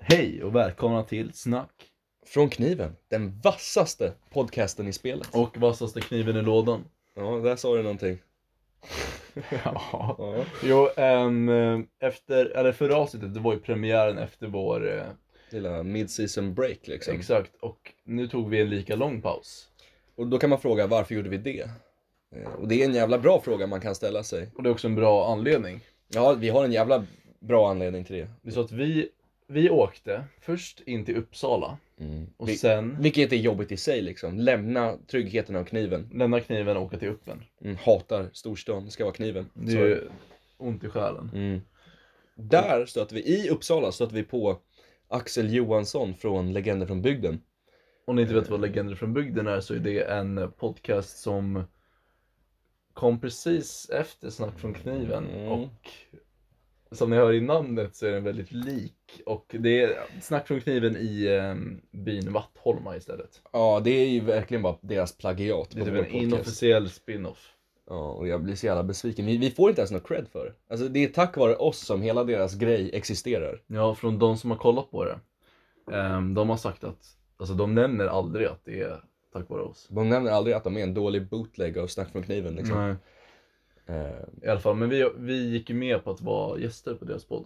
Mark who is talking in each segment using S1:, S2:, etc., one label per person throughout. S1: Hej och välkomna till Snack
S2: Från kniven, den vassaste podcasten i spelet.
S1: och vassaste kniven i lådan.
S2: Ja, där sa du någonting.
S1: Ja.
S2: Ja,
S1: Jo, ehm, efter, eller förra avsnittet, det var ju premiären efter vår, eh,
S2: lilla mid-season break liksom.
S1: exakt, och nu tog vi en lika lång paus.
S2: Och då kan man fråga, varför gjorde vi det? Eh, Och det är en jävla bra fråga man kan ställa sig.
S1: Och det är också en bra anledning.
S2: Ja, vi har en jävla bra anledning till det.
S1: Det är så att vi, vi åkte först in till Uppsala och
S2: Vi,
S1: sen
S2: vilket är jobbigt i sig liksom. Lämna tryggheten av kniven.
S1: lämna kniven och åka till Uppen.
S2: Mm, hatar storstan, det ska vara kniven.
S1: Det är
S2: Sorry.
S1: ju ont i själen.
S2: Mm. Där stöter vi, i Uppsala stöter vi på Axel Johansson från Legender från bygden.
S1: Om ni inte vet vad Legender från bygden är så är det en podcast som kom precis efter Snack från kniven
S2: Mm.
S1: och som ni hör i namnet så är den väldigt lik och det är Snack från kniven i eh, byn Vattholma istället.
S2: Ja, det är ju verkligen bara deras plagiat
S1: Det är
S2: på
S1: typ
S2: vår
S1: en
S2: podcast.
S1: inofficiell spin-off.
S2: Ja, och jag blir så jävla besviken. Vi, vi får inte ens något cred för det. Alltså det är tack vare oss som hela deras grej existerar.
S1: Ja, från de som har kollat på det. Ehm, de har sagt att, alltså de nämner aldrig att det är tack vare oss.
S2: De nämner aldrig att de är en dålig bootleg av Snack från kniven liksom.
S1: Nej.
S2: Eh,
S1: I alla fall, men vi, vi gick ju med på att vara gäster på deras podd.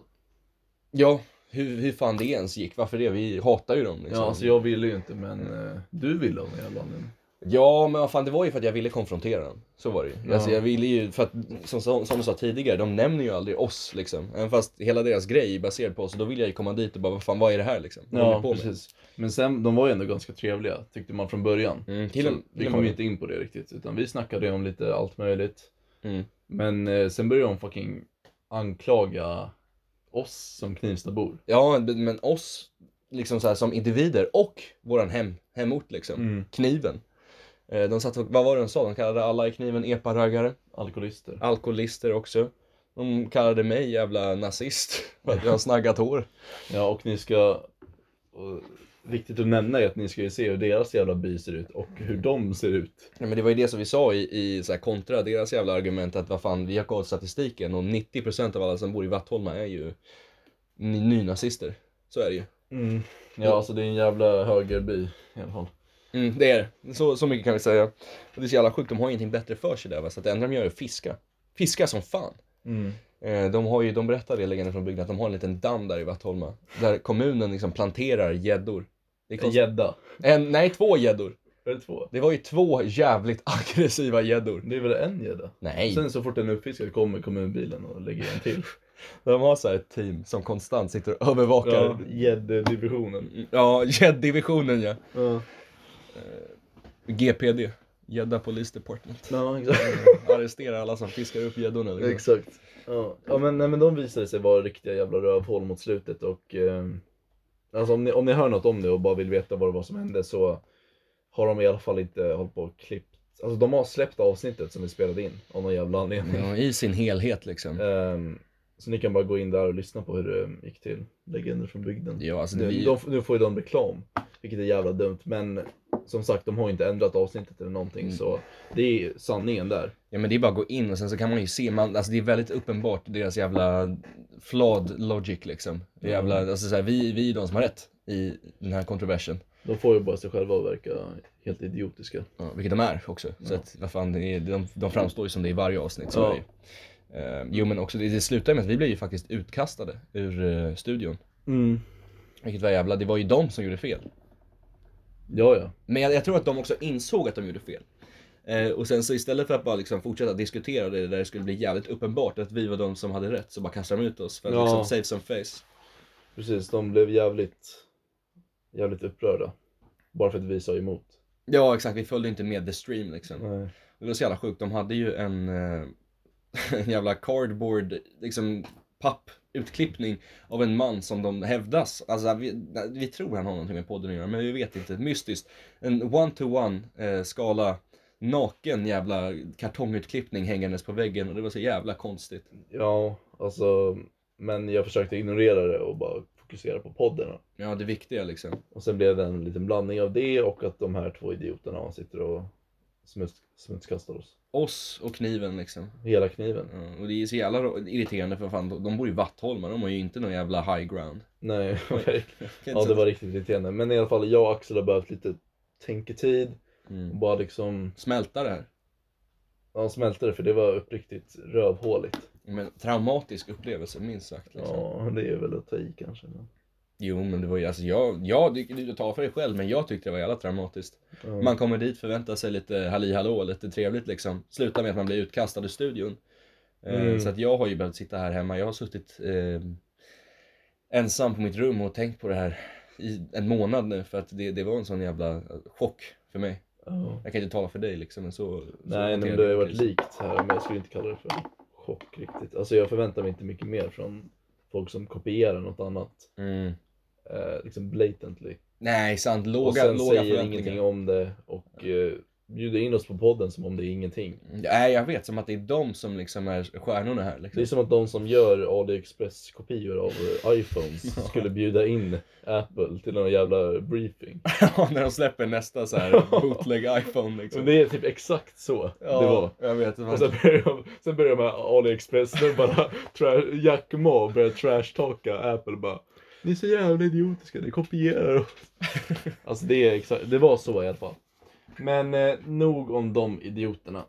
S2: ja, hur, hur fan det ens gick. Varför det? Vi hatar ju dem liksom.
S1: Ja, alltså jag ville ju inte men eh, du ville av någon jävla anledning.
S2: Ja, men vad fan det var ju för att jag ville konfrontera dem. Så var det ju.
S1: Ja.
S2: Alltså jag ville ju, för att som, som som du sa tidigare, de nämner ju aldrig oss liksom. Även fast hela deras grej är baserad på oss, då vill jag ju komma dit och bara vad fan vad är det här liksom? Vad håller ni på med?
S1: precis. Men sen, de var ju ändå ganska trevliga tyckte man från början.
S2: Mm, till
S1: Så
S2: en,
S1: vi kom ju inte in på det riktigt utan vi snackade om lite allt möjligt.
S2: Mm.
S1: Men eh, sen började de fucking anklaga oss som Knivstabor.
S2: Ja, men oss liksom så här, som individer och våran hem, hemort liksom.
S1: Mm.
S2: Kniven. Eh, De satt och, vad var det de sa? De kallade alla i kniven epa-raggare,
S1: Alkoholister.
S2: alkoholister också. De kallade mig jävla nazist för att jag har snaggat hår.
S1: Ja och ni ska... Och, viktigt att nämna är att ni ska ju se hur deras jävla by ser ut och hur de ser ut.
S2: Ja, men det var ju det som vi sa i, i så här, kontra deras jävla argument att vad fan, vi har kollat statistiken och 90% av alla som bor i Vattholma är ju ny- nynazister. Så är det ju.
S1: Ja alltså det är en jävla högerby i alla fall.
S2: Mm, det är det. så, så mycket kan vi säga. Och det är så jävla sjukt, de har ju ingenting bättre för sig där va? så att det enda de gör är att fiska. Fiska som fan. Eh, de, har ju, de berättar det, Legenden från bygden, att de har en liten damm där i Vattholma. Där kommunen liksom planterar gäddor. Det är
S1: En
S2: konst...
S1: gädda.
S2: en, nej, två gäddor.
S1: Är det två?
S2: Det var ju två jävligt aggressiva gäddor.
S1: Det är väl en gädda?
S2: Nej,
S1: Sen så fort den är uppfiskad kommer kommunbilen och lägger en till.
S2: de har så här ett team som konstant sitter och Mm. övervakar.
S1: Gäddedivisionen.
S2: Ja, gäddivisionen ja.
S1: Ja.
S2: GPD. Gädda Police Department.
S1: ja, exakt.
S2: Arresterar alla som fiskar upp gäddorna. liksom.
S1: exakt. Ja. ja men, nej, men de visade sig vara riktiga jävla rövhål mot slutet och eh, alltså om ni, om ni hör något om det och bara vill veta vad det var som hände så har de i alla fall inte hållit på och klippt. Alltså de har släppt avsnittet som vi spelade in av någon jävla anledning.
S2: Ja, I sin helhet liksom.
S1: Ehm, så ni kan bara gå in där och lyssna på hur det gick till. Legender från bygden.
S2: Ja, alltså det
S1: Nu,
S2: blir ju...
S1: de, nu får ju de reklam, vilket är jävla dumt. Men som sagt, de har ju inte ändrat avsnittet eller någonting
S2: Mm.
S1: så det är sanningen där.
S2: Ja men det är bara att gå in och sen så kan man ju se, man, alltså det är väldigt uppenbart deras jävla flawed logic liksom. Det är Jävla, alltså så här, vi, vi är de som har rätt i den här kontroversen.
S1: De får ju bara sig själva att verka helt idiotiska.
S2: Ja, vilket de är också. Så
S1: Ja.
S2: att vad fan, det är, de, de framstår ju som det i varje avsnitt. Så
S1: Ja.
S2: är det ju. Eh, jo men också, det, det slutar med att vi blev ju faktiskt utkastade ur eh, studion. Vilket var jävla, det var ju de som gjorde fel.
S1: Ja, ja.
S2: Men jag, jag tror att de också insåg att de gjorde fel. Eh, och sen så istället för att bara liksom fortsätta diskutera det där det skulle bli jävligt uppenbart att vi var de som hade rätt så bara kastade de ut oss för att
S1: Ja.
S2: liksom save some face.
S1: Precis, de blev jävligt, jävligt upprörda. Bara för att vi sa emot.
S2: Ja exakt, vi följde inte med the stream liksom.
S1: Nej.
S2: Det var så jävla sjukt, de hade ju en, eh, en jävla cardboard, liksom papputklippning av en man som de hävdas, alltså vi, vi tror han har någonting med podden att göra men vi vet inte, mystiskt. En one-to-one eh, skala naken jävla kartongutklippning hängandes på väggen och det var så jävla konstigt.
S1: Ja, alltså. Men jag försökte ignorera det och bara fokusera på podden.
S2: Ja det viktiga liksom.
S1: Och sen blev det en liten blandning av det och att de här två idioterna sitter och smuts, smutskastar oss.
S2: Oss och kniven liksom.
S1: Hela kniven.
S2: Ja, och det är så jävla ro- irriterande för fan, de- de bor ju i Vattholma, de har ju inte någon jävla high ground.
S1: Nej, verkligen.
S2: Kan
S1: Ja,
S2: inte
S1: det var riktigt irriterande. Men i alla fall, jag och Axel har behövt lite tänketid. Och
S2: Mm.
S1: bara liksom,
S2: Smälta det här.
S1: ja, smälta det för det var uppriktigt rövhåligt.
S2: Men traumatisk upplevelse minst sagt. Liksom.
S1: Mm. Ja, det är väl att ta i kanske. Men,
S2: Jo men det var ju, alltså jag, jag, det- du tar för dig själv men jag tyckte det var jävla traumatiskt.
S1: ja.
S2: Man kommer dit, förväntar sig lite halli hallå, lite trevligt liksom. Slutar med att man blir utkastad ur studion. Eh,
S1: Mm.
S2: Så att jag har ju behövt sitta här hemma. Jag har suttit eh, ensam på mitt rum och tänkt på det här i en månad nu för att det, det var en sån jävla eh, chock för mig.
S1: ja.
S2: Jag kan inte tala för dig liksom men så... så
S1: Nej,
S2: hanterar
S1: men
S2: jag
S1: det har ju varit
S2: liksom.
S1: likt här, men jag skulle inte kalla det för chock riktigt. Alltså jag förväntar mig inte mycket mer från folk som kopierar något annat.
S2: Mm.
S1: Eh, liksom blatantly.
S2: Nej, sant.
S1: och
S2: Låga,
S1: sen
S2: låga
S1: säger ingenting
S2: förväntningar.
S1: om det och eh, bjuder in oss på podden som om det är ingenting.
S2: Nej, jag vet. Som att det är de som liksom är stjärnorna här. Liksom.
S1: Det är som att de som gör AliExpress-kopior av eh, iPhones skulle bjuda in Apple till någon jävla briefing.
S2: Ja, när de släpper nästa så här bootleg iPhone liksom.
S1: Men det är typ exakt så det var. Alltså-
S2: jag vet. Det var...
S1: Och sen börjar de, sen börjar de här AliExpress-snubbarna, tra- Jack Ma, börjar trashtalka Apple bara Ni är så jävla idiotiska, ni kopierar oss. alltså det, är exakt, det var så i alla fall. Men eh, nog om de idioterna.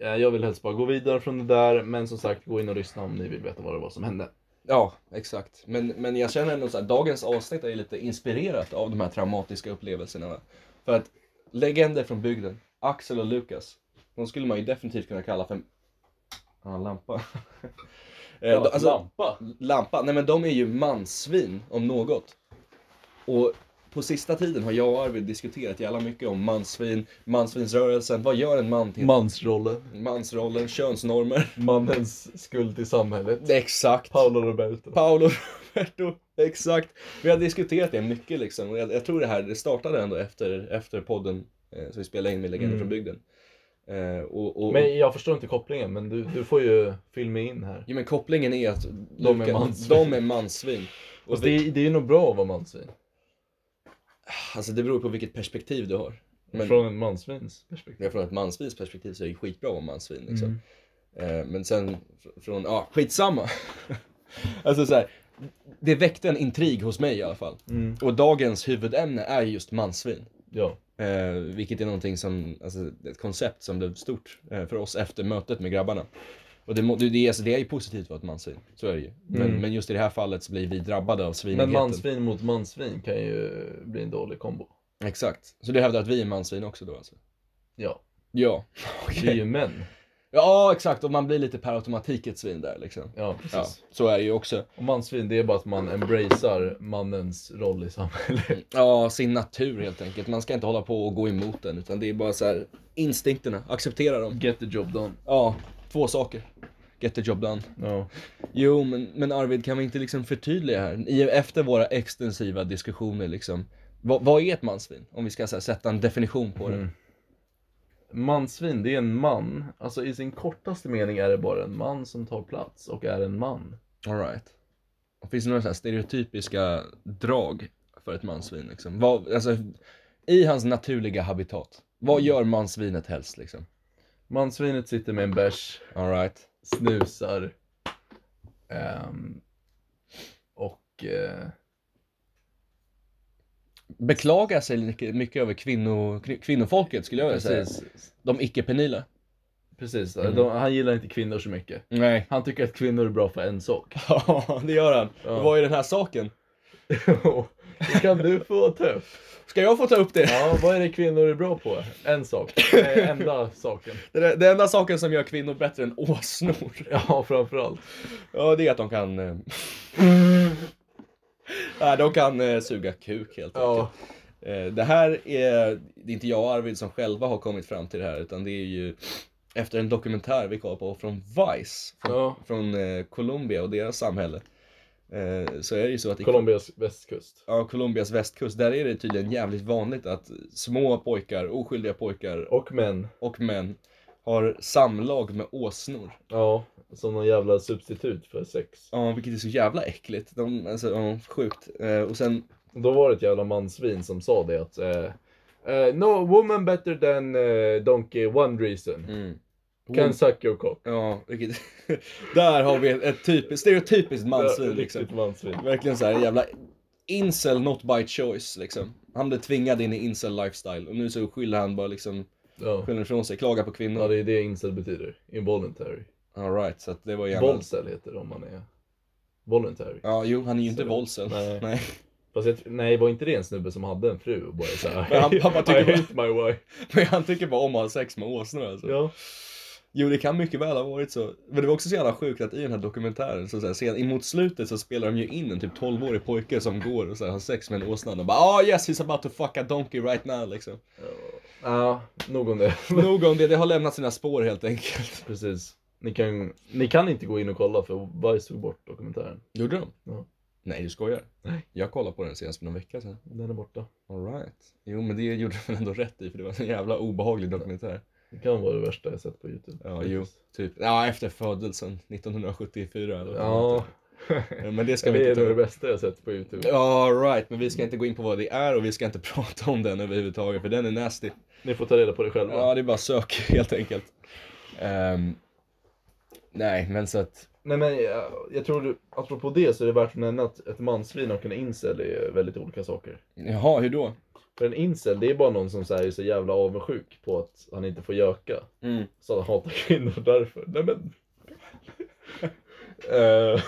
S1: Eh, jag vill helst bara gå vidare från det där, men som sagt, gå in och lyssna om ni vill veta vad det var som hände.
S2: Ja, exakt. Men, men jag känner ändå så här, dagens avsnitt är ju lite inspirerat av de här traumatiska upplevelserna. Va? För att legender från bygden, Axel och Lukas, de skulle man ju definitivt kunna kalla för... Ja, lampa. Eh, de- alltså-
S1: lampa?
S2: Lampa, nej men de är ju mansvin om något. Och på sista tiden har jag och Arvid diskuterat jävla mycket om mansvin, mansvinsrörelsen, vad gör en man till?
S1: Mansrollen.
S2: Mansrollen, könsnormer.
S1: Mannens skuld till samhället.
S2: Exakt.
S1: Paolo Roberto.
S2: Paolo Roberto, exakt. Vi har diskuterat det mycket liksom. Och jag, jag tror det här det startade ändå efter, efter podden eh, som vi spelade in med Legender
S1: Mm.
S2: från bygden. Eh, och, och,
S1: Men jag förstår inte kopplingen, men du, du får ju filma in här.
S2: jo, men kopplingen är att
S1: är
S2: Luca-
S1: mansvin. Alltså
S2: de är mansvin. Och
S1: Fast
S2: det,
S1: det, det är ju nog bra att vara mansvin.
S2: alltså, det beror på vilket perspektiv du har. Men från,
S1: Från en mansvins perspektiv.
S2: från ett mansvins perspektiv så är det ju skitbra att vara mansvin. Liksom.
S1: Mm.
S2: Eh, men sen fr- från, ja ah, skitsamma. alltså så här, det väckte en intrig hos mig i alla fall.
S1: Mm.
S2: Och dagens huvudämne är just mansvin.
S1: Ja.
S2: Eh, vilket är någonting som, alltså, ett koncept som blev stort eh, för oss efter mötet med grabbarna. Och det, må, det, det, är- alltså, det är ju positivt att vara ett mansvin, så är det ju. Men,
S1: Mm.
S2: men just i det här fallet så blir vi drabbade av svinigheten.
S1: Men mansvin mot mansvin kan ju bli en dålig kombo.
S2: Exakt. Så du hävdar att vi är mansvin också då alltså?
S1: Ja.
S2: Ja.
S1: Vi är ju män.
S2: Ja, exakt. Och man blir lite per automatik ett svin där liksom.
S1: Ja,
S2: Ja,
S1: precis.
S2: så är det ju också.
S1: Och mansvin, det är bara att man embracear mannens roll i samhället.
S2: Ja, sin natur helt enkelt. Man ska inte hålla på och gå emot den, utan det är bara så här instinkterna, acceptera dem.
S1: Get the job done.
S2: Ja, två saker. Get the job done.
S1: Ja.
S2: Jo, men, men Arvid, kan vi inte liksom förtydliga här? I, efter våra extensiva diskussioner, liksom, vad, vad är ett mansvin? Om vi ska så här, sätta en definition på det.
S1: Mm. Mansvin, det är en man. Alltså i sin kortaste mening är det bara en man som tar plats och är en man.
S2: All right. Finns det några så här stereotypiska drag för ett mansvin? Liksom? Vad, alltså, I hans naturliga habitat,
S1: Mm.
S2: vad gör mansvinet helst? Liksom?
S1: Mansvinet sitter med en bärs,
S2: All right.
S1: snusar ehm, och eh,
S2: Beklagar sig mycket, mycket över kvinno, kvinnofolket, skulle jag vilja säga.
S1: precis,
S2: De icke-penila.
S1: precis.
S2: Mm.
S1: De, han gillar inte kvinnor så mycket.
S2: Nej.
S1: Han tycker att kvinnor är bra för en sak.
S2: Ja, det gör han.
S1: Ja.
S2: Vad är den här saken?
S1: Det kan du få ta upp.
S2: Ska jag få ta upp det?
S1: Ja, vad är det kvinnor är bra på? En sak. Det är enda saken.
S2: Det, där- det enda saken som gör kvinnor bättre än åsnor,
S1: Ja, framförallt.
S2: ja det är att de kan... eh, Nej, de kan eh, suga kuk helt
S1: Ja.
S2: enkelt. Eh, det här är, det är inte jag och Arvid som själva har kommit fram till det här, utan det är ju efter en dokumentär vi kollade på från Vice, från,
S1: ja.
S2: från eh, Colombia och deras samhälle. Eh, så är det ju så att i
S1: Colombias västkust.
S2: ja, Colombias västkust, där är det tydligen jävligt vanligt att små pojkar, oskyldiga pojkar
S1: Och män.
S2: och män har samlag med åsnor.
S1: Ja, som någon jävla substitut för sex.
S2: Ja, vilket är så jävla äckligt. De, alltså, ja, sjukt. Eh, och sen,
S1: Då var det ett jävla mansvin som sa det att eh, Eh, no woman better than eh, donkey, one reason.
S2: Mm.
S1: Can suck your cock.
S2: Ja, vilket... Där har vi ett typiskt, stereotypiskt mansvin liksom.
S1: Riktigt mansvin.
S2: Verkligen så här en jävla incel not by choice liksom. Han blev tvingad in i incel lifestyle och nu så skyller han bara liksom,
S1: Ja.
S2: skyller ifrån sig, klagar på
S1: ja,
S2: kvinnor.
S1: det är det incel betyder. Involuntary.
S2: Alright, så att det var ju jävla...
S1: Volcel heter det om man är voluntary.
S2: Ja, jo, han är ju inte
S1: Så-
S2: voldsel.
S1: Nej.
S2: Nej.
S1: Fast jag, nej, var inte det en snubbe som hade en fru och bara såhär
S2: Men han- han bara tycker
S1: I hate my wife.
S2: Men han tycker bara om att ha sex med åsnor alltså.
S1: Ja.
S2: Jo, det kan mycket väl ha varit så. Men det var också så jävla sjukt att i den här dokumentären, så, så här, sen, emot slutet så spelar de ju in en typ 12-årig pojke som går och så här, har sex med en åsna. De bara ah yes, he's about to fuck a donkey right now liksom.
S1: Ja, nog om det.
S2: Nog om det, det har lämnat sina spår helt enkelt.
S1: Precis. Ni kan, ni kan inte gå in och kolla för Vice tog bort dokumentären.
S2: Gjorde de?
S1: Ja.
S2: Nej, du skojar.
S1: Nej.
S2: Jag kollade på den senast för någon vecka sedan.
S1: Den är borta.
S2: Alright. Jo, men det gjorde de väl ändå rätt i för det var en jävla obehaglig dokumentär.
S1: Det kan vara det värsta jag sett på Youtube.
S2: Ja, jo. Typ, ja efter födelsen 1974 eller vad
S1: Ja,
S2: det heter. Men det ska vi
S1: det är
S2: inte ta
S1: nog det
S2: upp.
S1: bästa jag sett på Youtube.
S2: Alright, men vi ska inte gå in på vad det är och vi ska inte prata om den överhuvudtaget för den är nasty.
S1: Ni får ta reda på det själva.
S2: Ja, det är bara sök helt enkelt. Ehm, nej, men så att...
S1: Nej men jag, jag tror, du- apropå det så är det värt att nämna att ett mansvin och en incel är väldigt olika saker.
S2: Jaha, hur då?
S1: För en incel, det är bara någon som så här, är så jävla avundsjuk på att han inte får göka.
S2: Mm.
S1: Så han hatar kvinnor därför. Nej men. Eh,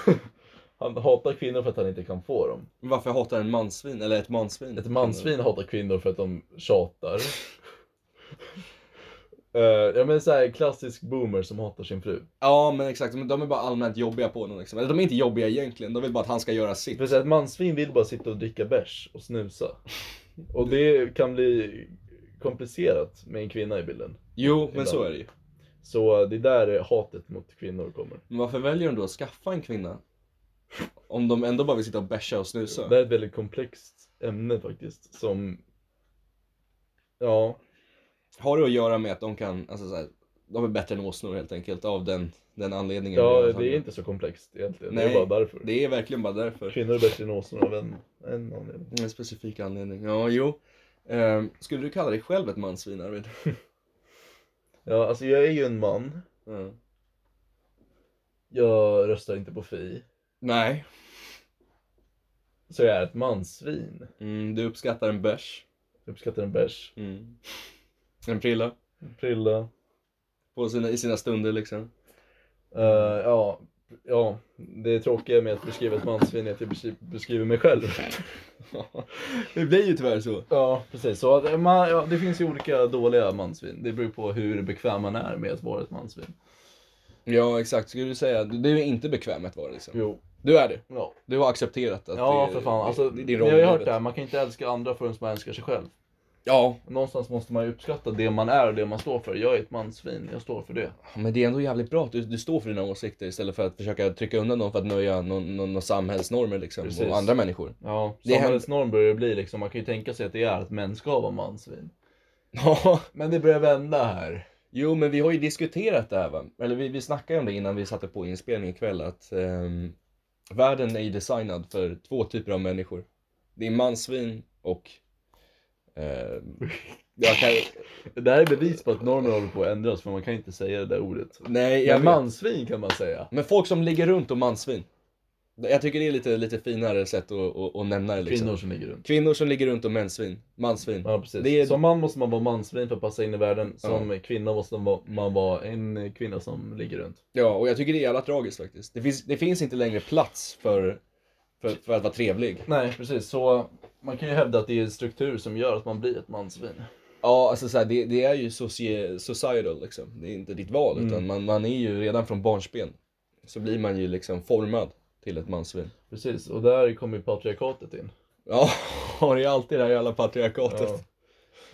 S1: han hatar kvinnor för att han inte kan få dem.
S2: Varför hatar en mansvin, eller ett mansvin?
S1: Ett mansvin hatar kvinnor för att de tjatar. Eh, ja men såhär klassisk boomer som hatar sin fru.
S2: Ja, men exakt. Men de är bara allmänt jobbiga på honom liksom. Eller de är inte jobbiga egentligen, de vill bara att han ska göra sitt.
S1: För så här, ett mansvin vill bara sitta och dricka bärs och snusa. Och det kan bli komplicerat med en kvinna i bilden.
S2: Jo, men
S1: Ibland.
S2: så är det ju.
S1: Så det är där hatet mot kvinnor kommer.
S2: Men varför väljer de då att skaffa en kvinna? Om de ändå bara vill sitta och bärsa och snusa.
S1: Det här är ett väldigt komplext ämne faktiskt som... Ja,
S2: Har det att göra med att de kan, alltså så här, de är bättre än åsnor helt enkelt av den, den anledningen.
S1: ja
S2: Redan
S1: det är
S2: som-
S1: inte så komplext egentligen. Det
S2: Nej,
S1: är bara därför.
S2: det är verkligen bara därför.
S1: Kvinnor är bättre än åsnor av en, en anledning.
S2: En specifik anledning. Ja, jo. Ehm, skulle du kalla dig själv ett mansvin Arvid?
S1: Ja, alltså jag är ju en man.
S2: Mm.
S1: Jag röstar inte på Fi.
S2: Nej.
S1: Så jag är ett mansvin.
S2: Mm, du uppskattar en bärs.
S1: Jag uppskattar en bärs.
S2: Mm. En prilla.
S1: Prilla.
S2: På sina, I sina stunder liksom.
S1: Eh, ja, ja, det tråkiga med att beskriva ett mansvin är att jag beskri- beskriver mig själv.
S2: det blir ju tyvärr så.
S1: Ja, precis. Så att man, ja, det finns ju olika dåliga mansvin. Det beror på hur bekväm man är med att vara ett mansvin.
S2: Ja, exakt. Skulle du säga, du, du är inte bekväm med att vara det liksom.
S1: Jo.
S2: Du är det.
S1: Ja,
S2: Du har accepterat att
S1: ja
S2: det,
S1: för fan.
S2: det-
S1: Alltså,
S2: det
S1: ni
S2: är din
S1: har
S2: roll
S1: ju
S2: i
S1: hört
S2: livet.
S1: det här, man kan inte älska andra förrän man älskar sig själv.
S2: Ja,
S1: Någonstans måste man ju uppskatta det man är och det man står för. Jag är ett mansvin, jag står för det.
S2: men det är ändå jävligt bra att du, du står för dina åsikter istället för att försöka trycka undan dem för att nöja någon, någon, någon samhällsnormer liksom,
S1: Precis.
S2: och andra människor.
S1: Ja,
S2: Det
S1: samhällets norm börjar det bli liksom, man kan ju tänka sig att det är att män ska vara mansvin.
S2: Ja,
S1: Men det börjar vända här.
S2: jo men vi har ju diskuterat det här va? Eller vi, vi snackade om det innan vi satte på inspelningen ikväll att ehm, världen är ju designad för två typer av människor. Det är mansvin och... ehm, jag kan,
S1: Det här är bevis på att normer håller på att ändras, för man kan inte säga det där ordet.
S2: nej, jag
S1: Men
S2: vet.
S1: mansvin kan man säga.
S2: Men folk som ligger runt och mansvin. Jag tycker det är lite, lite finare sätt att, att, att nämna det liksom.
S1: Kvinnor som ligger runt.
S2: Kvinnor som ligger runt och mänsvin. Mansvin.
S1: Ja, precis.
S2: Det är-
S1: Som man måste man vara mansvin för att passa in i världen. Som kvinna måste man vara- man vara en kvinna som ligger runt.
S2: Ja, och jag tycker det är jävla tragiskt faktiskt. Det finns, det finns inte längre plats för, för, för att vara trevlig.
S1: Nej, precis. Så man kan ju hävda att det är en struktur som gör att man blir ett mansvin.
S2: Ja, alltså så här, det, det är ju socie, societal liksom. Det är inte ditt val,
S1: Mm.
S2: utan man, man är ju redan från barnsben. Så blir man ju liksom formad till ett mansvin.
S1: Precis, och där kommer ju patriarkatet in.
S2: Ja, det är alltid det här jävla patriarkatet.
S1: Ja.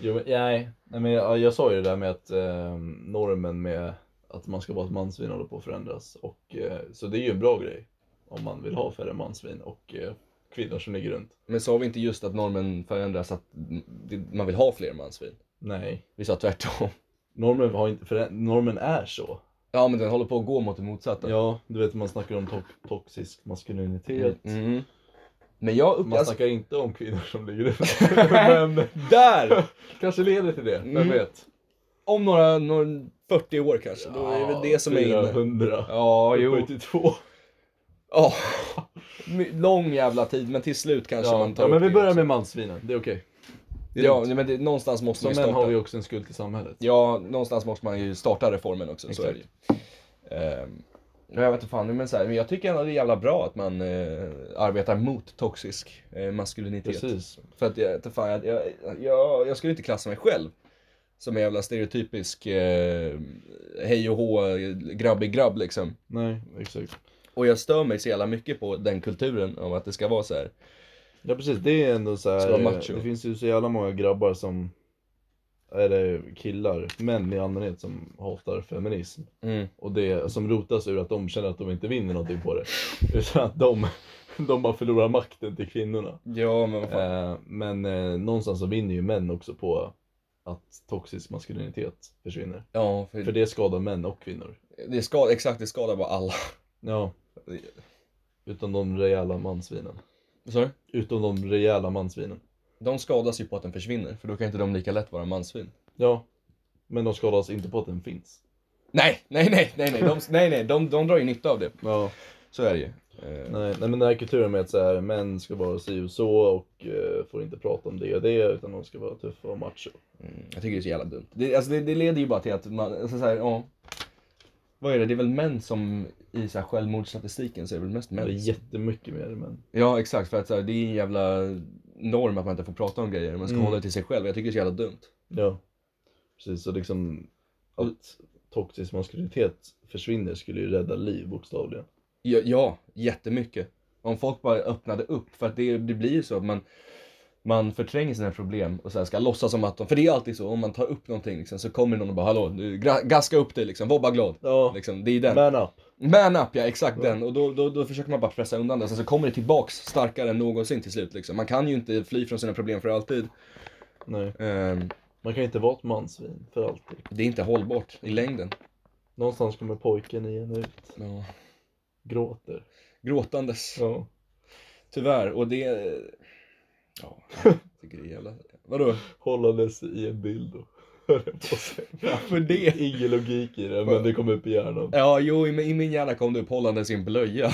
S1: Jo, men, nej, nej, men jag, jag sa ju det där med att eh, normen med att man ska vara ett mansvin håller på att förändras. Och, eh, så det är ju en bra grej om man vill ha färre mansvin och eh, kvinnor som ligger runt.
S2: Men sa vi inte just att normen förändras, att det- man vill ha fler mansvin?
S1: Nej,
S2: Vi sa tvärtom.
S1: normen, har inte förä- normen är så.
S2: Ja, men den håller på att gå mot det motsatta.
S1: Ja, du vet man snackar om to- toxisk maskulinitet.
S2: Mm. Men jag upplever...
S1: Man snackar inte om kvinnor som ligger ute. Men
S2: där!
S1: kanske leder till det, vem
S2: Mm.
S1: vet?
S2: Om några, några 40 år kanske, då är det väl det som är inne.
S1: 400.
S2: Ja, jo.
S1: 72.
S2: Ja. My- Lång jävla tid, men till slut kanske
S1: Ja,
S2: man tar
S1: ja, men
S2: upp
S1: vi
S2: det
S1: börjar
S2: också.
S1: med mansvinen, det är okej. Det är
S2: Ja,
S1: lugnt.
S2: men det, någonstans måste man
S1: Som
S2: ju
S1: män
S2: starta.
S1: har vi också en skuld till samhället.
S2: Ja, någonstans måste man ju starta reformen också, så är det ju. Ehm, och jag vet inte fan, men, så här, men jag tycker ändå det är jävla bra att man eh, arbetar mot toxisk eh, maskulinitet.
S1: Precis.
S2: För att jag, inte fan, jag, jag, jag, jag skulle inte klassa mig själv som en jävla stereotypisk eh, hej och hå, grabbig grabb liksom.
S1: Nej, exakt.
S2: Och jag stör mig så jävla mycket på den kulturen om att det ska vara så här.
S1: Ja precis, det är ändå så
S2: Ska
S1: här.
S2: vara macho.
S1: Det finns ju så jävla många grabbar som, eller killar, män i allmänhet som hatar feminism.
S2: Mm.
S1: Och det som rotas ur att de känner att de inte vinner någonting på det. Utan att de, de bara förlorar makten till kvinnorna.
S2: Ja, men vad fan.
S1: Eh, men eh, någonstans så vinner ju män också på att toxisk maskulinitet försvinner.
S2: Ja, för,
S1: För det skadar män och kvinnor.
S2: det ska, exakt, det skadar bara alla.
S1: Ja. Utom de rejäla mansvinen.
S2: Vad sa du?
S1: Utom de rejäla mansvinen.
S2: De skadas ju på att den försvinner, för då kan inte de lika lätt vara mansvin.
S1: Ja. Men de skadas inte på att den finns.
S2: Nej, nej, nej, nej, nej, de, nej, nej, de, de drar ju nytta av det.
S1: Ja.
S2: Så är det ju. Eh,
S1: Nej, nej men den här kulturen med att så här, män ska vara si och så och eh, får inte prata om det och det utan de ska vara tuffa och macho.
S2: Mm, jag tycker det är så jävla dumt. Det, alltså det, det leder ju bara till att man, alltså så här, ja. Vad är det? Det är väl män som, i så här självmordsstatistiken så är det väl mest
S1: Men det är
S2: män?
S1: jättemycket mer män.
S2: Ja exakt, för att så här, det är en jävla norm att man inte får prata om grejer. Man ska
S1: Mm.
S2: hålla det till sig själv. Jag tycker det är så jävla dumt.
S1: Ja. Precis, så liksom att toxisk maskulinitet försvinner skulle ju rädda liv bokstavligen.
S2: Ja, ja jättemycket. Om folk bara öppnade upp, för att det, det blir ju så att man, man förtränger sina problem och sen ska låtsas som att de, för det är alltid så, om man tar upp någonting liksom, så kommer någon och bara hallå, nu, gra, gaska upp dig liksom, var bara glad.
S1: Ja,
S2: Liksom, det är den.
S1: man up.
S2: Man up ja, exakt
S1: Ja.
S2: den. Och då, då, då försöker man bara pressa undan det. Sen så kommer det tillbaks starkare än någonsin till slut. Liksom. Man kan ju inte fly från sina problem för alltid.
S1: Nej,
S2: Ehm,
S1: man kan ju inte vara ett mansvin för alltid.
S2: det är inte hållbart i längden.
S1: Någonstans kommer pojken i en ut.
S2: Ja.
S1: Gråter.
S2: Gråtandes.
S1: Ja.
S2: Tyvärr. Och det... Ja, jag tycker det är jävla... Vadå?
S1: Hållandes i en dildo. höll jag på att säga.
S2: För det?
S1: Ingen logik i det, men det kom upp i hjärnan.
S2: Ja, jo, i min i min hjärna kom det upp hållandes i en blöja.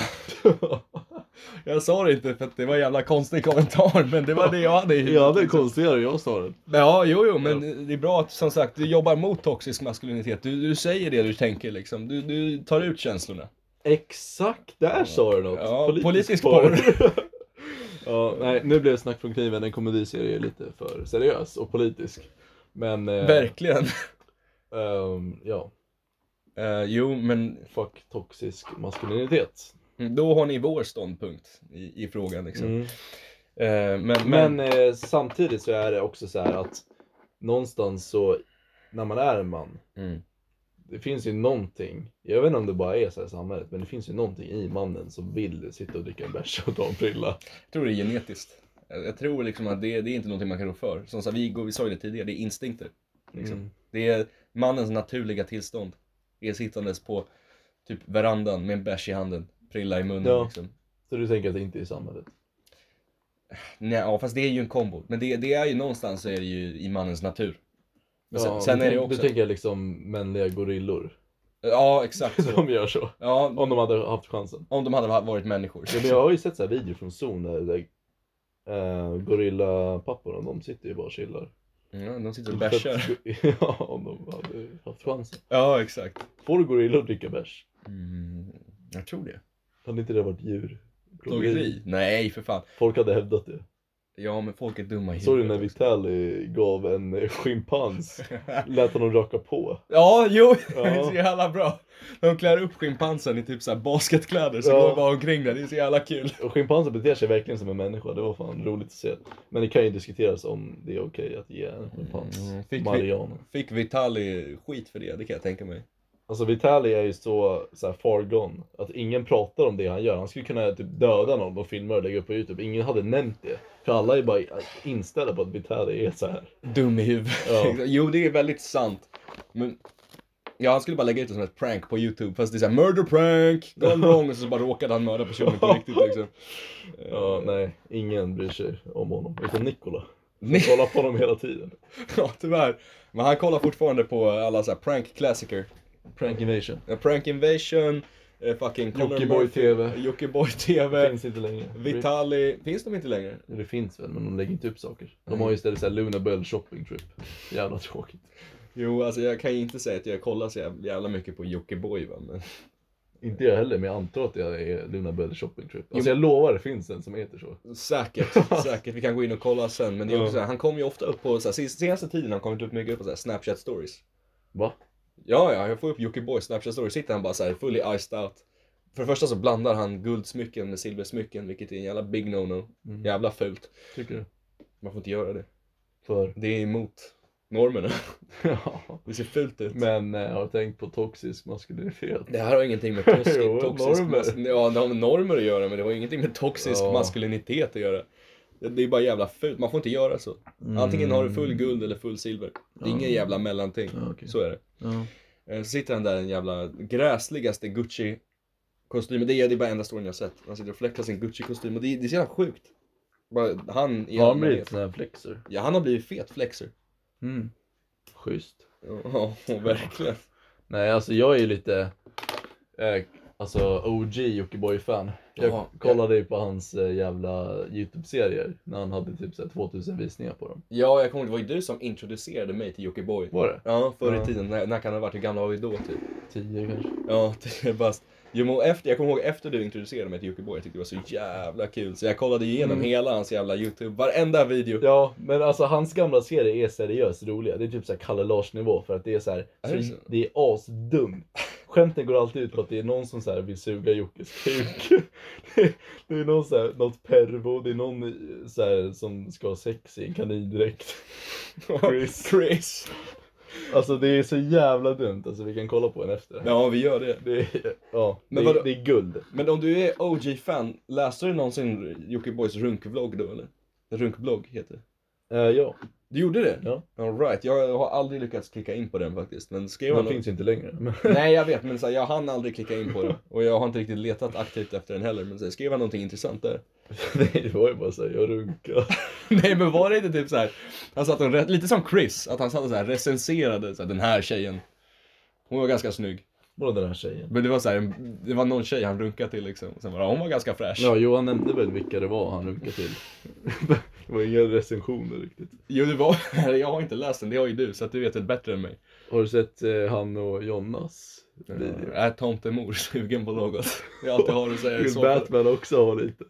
S2: Jag sa det inte för att det var en jävla konstig kommentar, men det var det jag hade i huvudet,
S1: Ja, det är
S2: liksom.
S1: konstigare jag sa det.
S2: Ja, jo, jo, men det är bra att som sagt du jobbar mot toxisk maskulinitet. Du, du säger det du tänker liksom. Du, du tar ut känslorna.
S1: Exakt, där sa du något.
S2: Ja, politisk porr.
S1: ja, nej, nu blev Snack från kniven, en komediserie, lite för seriös och politisk. Men... eh,
S2: Verkligen.
S1: ehm, ja,
S2: Eh, jo, men
S1: fuck toxisk maskulinitet.
S2: då har ni vår ståndpunkt i, i frågan liksom.
S1: Mm.
S2: Eh, men, men,
S1: Men eh, samtidigt så är det också så här att någonstans så, när man är en man,
S2: Mm.
S1: det finns ju någonting, jag vet inte om det bara är så här i samhället, men det finns ju någonting i mannen som vill sitta och dricka en bärs och ta en prilla.
S2: jag tror det är genetiskt. Jag, jag tror liksom att det, det är inte någonting man kan rå för. Som sagt, vi, går- vi sa ju det tidigare, det är instinkter. Liksom.
S1: Mm.
S2: Det är mannens naturliga tillstånd. Det är sittandes på typ verandan med en bärs i handen, prilla i munnen
S1: Ja.
S2: liksom.
S1: Så du tänker att det inte är i samhället?
S2: Nej, ja, fast det är ju en kombo. Men det, det är ju någonstans så är det ju i mannens natur. Men sen,
S1: Ja,
S2: sen
S1: du
S2: är det ju
S1: tänk-
S2: också...
S1: Du tänker liksom mänliga gorillor
S2: Ja, exakt så.
S1: som gör så.
S2: Ja,
S1: Om de hade haft chansen.
S2: om de hade varit människor.
S1: Ja, men jag har ju sett så här videor från zon där, där eh, gorillapapporna, de sitter ju bara och chillar.
S2: Ja, de sitter och
S1: Inte för
S2: bärsar.
S1: att- Ja, om de hade haft chansen.
S2: Ja, exakt.
S1: Får gorillor dricka bärs?
S2: Mm, jag tror det.
S1: Hade inte det varit djur?
S2: Plågeri? Nej, för fan.
S1: Folk hade hävdat det.
S2: Ja, men folk är dumma i
S1: Såg du när
S2: huvudet
S1: Vitali gav en schimpans?
S2: också.
S1: Lät honom raka på.
S2: Ja, jo,
S1: Ja.
S2: det är så jävla bra. De klär upp schimpansen i typ så här basketkläder så
S1: Ja.
S2: går de bara omkring där. Det är så jävla kul.
S1: Och schimpanser beter sig verkligen som en människa, det var fan roligt att se. Men det kan ju diskuteras om det är okej att ge en schimpans
S2: Mm, fick vi-
S1: Mariana.
S2: Fick Vitali skit för det, det kan jag tänka mig.
S1: Alltså Vitali är ju så, så här far gone, att ingen pratar om det han gör. Han skulle kunna typ döda någon och filma och lägga upp på Youtube. Ingen hade nämnt det. För alla är bara inställda på att Vitali är så här.
S2: Dum i huvudet.
S1: Ja.
S2: jo, det är väldigt sant. Men Ja, han skulle bara lägga ut det som ett prank på YouTube, fast det är såhär murder prank, gone wrong, och så bara råkade han mörda personen på riktigt liksom.
S1: Ja,
S2: Eh,
S1: nej, ingen bryr sig om honom, utom Nikola.
S2: nej.
S1: Kolla på honom hela tiden.
S2: Ja, tyvärr. Men han kollar fortfarande på alla såhär prank-klassiker.
S1: Prank Invasion.
S2: Eh, Prank Invasion, eh, fucking Conor
S1: Jockiboi
S2: Murphy,
S1: TV.
S2: eh, Jockiboi TV,
S1: Finns inte längre.
S2: Vitali. Finns de inte längre?
S1: Ja, Det finns väl, men de lägger inte upp saker. De
S2: Nej.
S1: har ju istället såhär Luna Bell shopping trip. Jävla tråkigt.
S2: Jo, alltså jag kan ju inte säga att jag kollar så jäv- jävla mycket på Jockiboi va, men...
S1: Inte jag heller, men jag antar att jag är Luna Bell shopping trip.
S2: Jo.
S1: Alltså jag lovar, det finns en som heter så.
S2: Säkert, säkert. Vi kan gå in och kolla sen. Men det är också
S1: Ja.
S2: så här, han kom ju ofta upp på, så här, sen- senaste tiden har han kommit upp mycket upp på så här, Snapchat stories.
S1: Va?
S2: Ja, ja, jag får upp Jockiboi Snapchat stories. Sitter han bara så här, fully iced out. För det första så blandar han guldsmycken med silversmycken, vilket är en jävla big no-no.
S1: Mm.
S2: Jävla fult.
S1: Tycker du?
S2: Man får inte göra det.
S1: För?
S2: Det är emot normerna.
S1: ja.
S2: Det ser fult ut.
S1: Men eh, jag har tänkt på toxisk maskulinitet.
S2: Det här har ingenting med toxisk,
S1: Jo,
S2: toxisk
S1: normer.
S2: mas- Ja, det har med normer att göra, men det har ingenting med toxisk
S1: Ja.
S2: maskulinitet att göra. Det- Det är bara jävla fult. Man får inte göra så. Mm. Antingen har du full guld eller full silver. Det är
S1: Mm. Ja.
S2: ingen jävla mellanting.
S1: Ja, okej.
S2: Så är det.
S1: Ja.
S2: Eh, Så sitter han där i den jävla gräsligaste Gucci-kostymen. Det är, det är bara enda storyn jag har sett. Han sitter och flexar sin Gucci-kostym och det är, det är så jävla sjukt. Bara, han, i
S1: Har han
S2: allmänhet.
S1: blivit sån här flexer?
S2: Ja, han har blivit fet flexer.
S1: Mm. Schysst.
S2: Ja, verkligen.
S1: Nej, alltså jag är ju lite eh, alltså OG Jockiboi-fan. Jag
S2: Ja, ja.
S1: kollade ju på hans eh, jävla YouTube-serier när han hade typ så här 2000 visningar på dem.
S2: Ja, jag kommer ihåg, det var ju du som introducerade mig till Jockiboi.
S1: Var det?
S2: Ja, förr i
S1: Ja.
S2: tiden. När, när kan det ha varit? Hur gamla var vi då typ?
S1: 10 kanske?
S2: Ja, det är bast. Jo, men efter, jag kommer ihåg efter du introducerade mig till Jockiboi, jag tyckte det var så jävla kul. Så jag kollade igenom
S1: Mm.
S2: hela hans jävla YouTube, varenda video.
S1: Ja, men alltså hans gamla serier är seriöst roliga. Det är typ så här Kalle Lars-nivå för att det är så här,
S2: Är det så?
S1: det är asdumt. Skämten går alltid ut på att det är någon som så här vill suga Jockes kuk. Det är- Det är någon så här, något pervo, det är någon eh, så här, som ska ha sex i en kanindräkt. Chris.
S2: Chris.
S1: Alltså det är så jävla dumt, alltså vi kan kolla på en efter.
S2: Ja, vi gör det.
S1: Det är, ja,
S2: Men
S1: det,
S2: vadå?
S1: är, det är guld.
S2: Men om du är OG-fan, läste du någonsin Jockibois runkvlogg då eller? Runkblogg heter det.
S1: Eh, ja,
S2: Du gjorde det?
S1: Ja.
S2: Alright, jag har aldrig lyckats klicka in på den faktiskt. Men skrev
S1: den
S2: han...
S1: finns ju inte längre. Men,
S2: Nej, jag vet, men så här, jag hann aldrig klicka in på den. Och jag har inte riktigt letat aktivt efter den heller. Men så här, skrev han någonting intressant där?
S1: nej, det var ju bara såhär, jag runkar.
S2: Nej men var det inte typ så här. han satt och, re- lite som Chris, att han satt och så här recenserade så här, den här tjejen. Hon var ganska snygg.
S1: Vadå den här tjejen?
S2: Men det var så här, en- det var någon tjej han runkade till liksom. Och Sen bara, hon var ganska fräsch.
S1: Ja, Johan nämnde väl vilka det var han runkade till. det var inga recensioner riktigt.
S2: Jo det var, jag har inte läst den, det har ju du, så att du vet väl bättre än mig.
S1: Har du sett eh, han och Jonas video?
S2: Eh, Är tomtemor sugen på något? Jag alltid har att säga i
S1: Vill
S2: så fall.
S1: Batman också ha lite?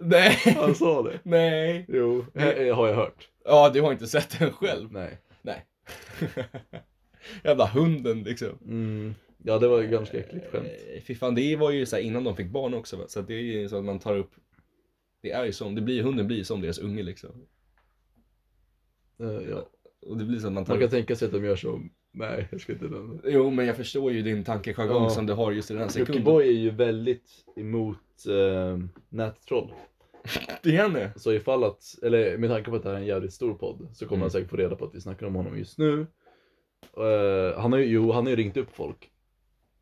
S2: Nej!
S1: Han sa det.
S2: Nej!
S1: Jo, he- har jag hört.
S2: Ja, du har inte sett den själv.
S1: Nej.
S2: Nej. Jävla hunden liksom.
S1: Mm. Ja, det var ju ganska äckligt skämt.
S2: Eh, Fy fan, det var ju så här innan de fick barn också va? Så att det är ju så att man tar upp Det är ju som, det blir, hunden blir ju som deras unge liksom
S1: Eh, ja.
S2: Och det blir så att man tar
S1: Man kan
S2: upp
S1: tänka sig att de gör så. Nej, jag ska inte nämna det.
S2: Jo men jag förstår ju din tankejargong
S1: Ja.
S2: som du har just i den här sekunden
S1: Jockiboi är ju väldigt emot eh, nättroll.
S2: Det är han det?
S1: Så ifall att, eller med tanke på att det här är en jävligt stor podd så kommer
S2: Mm.
S1: han säkert få reda på att vi snackar om honom just nu. Eh, han, har ju, jo, han har ju ringt upp folk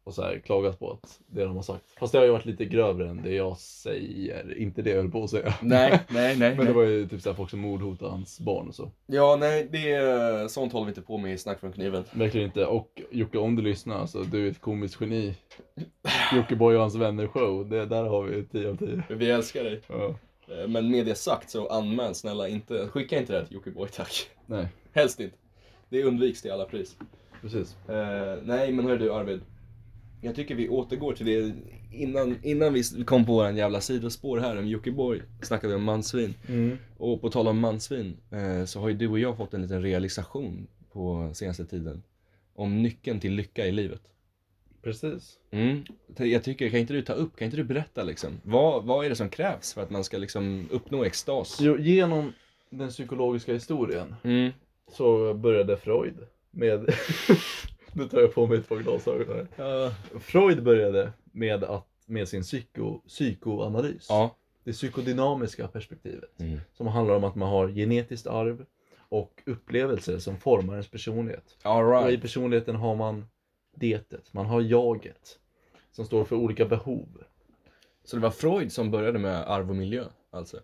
S1: och så här klagat på att det de har sagt. Fast det har ju varit lite grövre än det jag säger, inte det jag höll på att säga.
S2: Nej, nej, nej,
S1: Men det
S2: nej.
S1: var ju typ så här folk som mordhotade hans barn och så.
S2: Ja nej, det är, sånt håller vi inte på med i Snack från kniven
S1: Verkligen inte. Och Jocke om du lyssnar, alltså, du är ett komiskt geni. Jockiboi och hans vänner show, det, där har vi 10 av 10.
S2: Vi älskar dig
S1: Ja.
S2: Eh, Men med det sagt så anmäl snälla inte, skicka inte det här till Jockiboi tack
S1: Nej,
S2: Helst inte Det undviks till alla pris
S1: precis.
S2: Eh, nej, men hör du Arvid. Jag tycker vi återgår till det innan, innan vi kom på våran jävla sidospår här om Jockiboi. Snackade vi om mansvin.
S1: Mm.
S2: Och på tal om mansvin eh, så har ju du och jag fått en liten realisation på senaste tiden. Om nyckeln till lycka i livet.
S1: Precis.
S2: Mm. Jag tycker, kan inte du ta upp, kan inte du berätta liksom? Vad, vad är det som krävs för att man ska liksom uppnå extas?
S1: Jo, genom den psykologiska historien
S2: Mm.
S1: så började Freud med... nu tar jag på mig ett par glasögon här. Freud började med, att, med sin psyko, psykoanalys.
S2: Ja.
S1: Det psykodynamiska perspektivet
S2: Mm.
S1: som handlar om att man har genetiskt arv och upplevelser som formar ens personlighet.
S2: All
S1: Och i
S2: right.
S1: personligheten har man detet, man har jaget. Som står för olika behov.
S2: Så det var Freud som började med arv och miljö, alltså?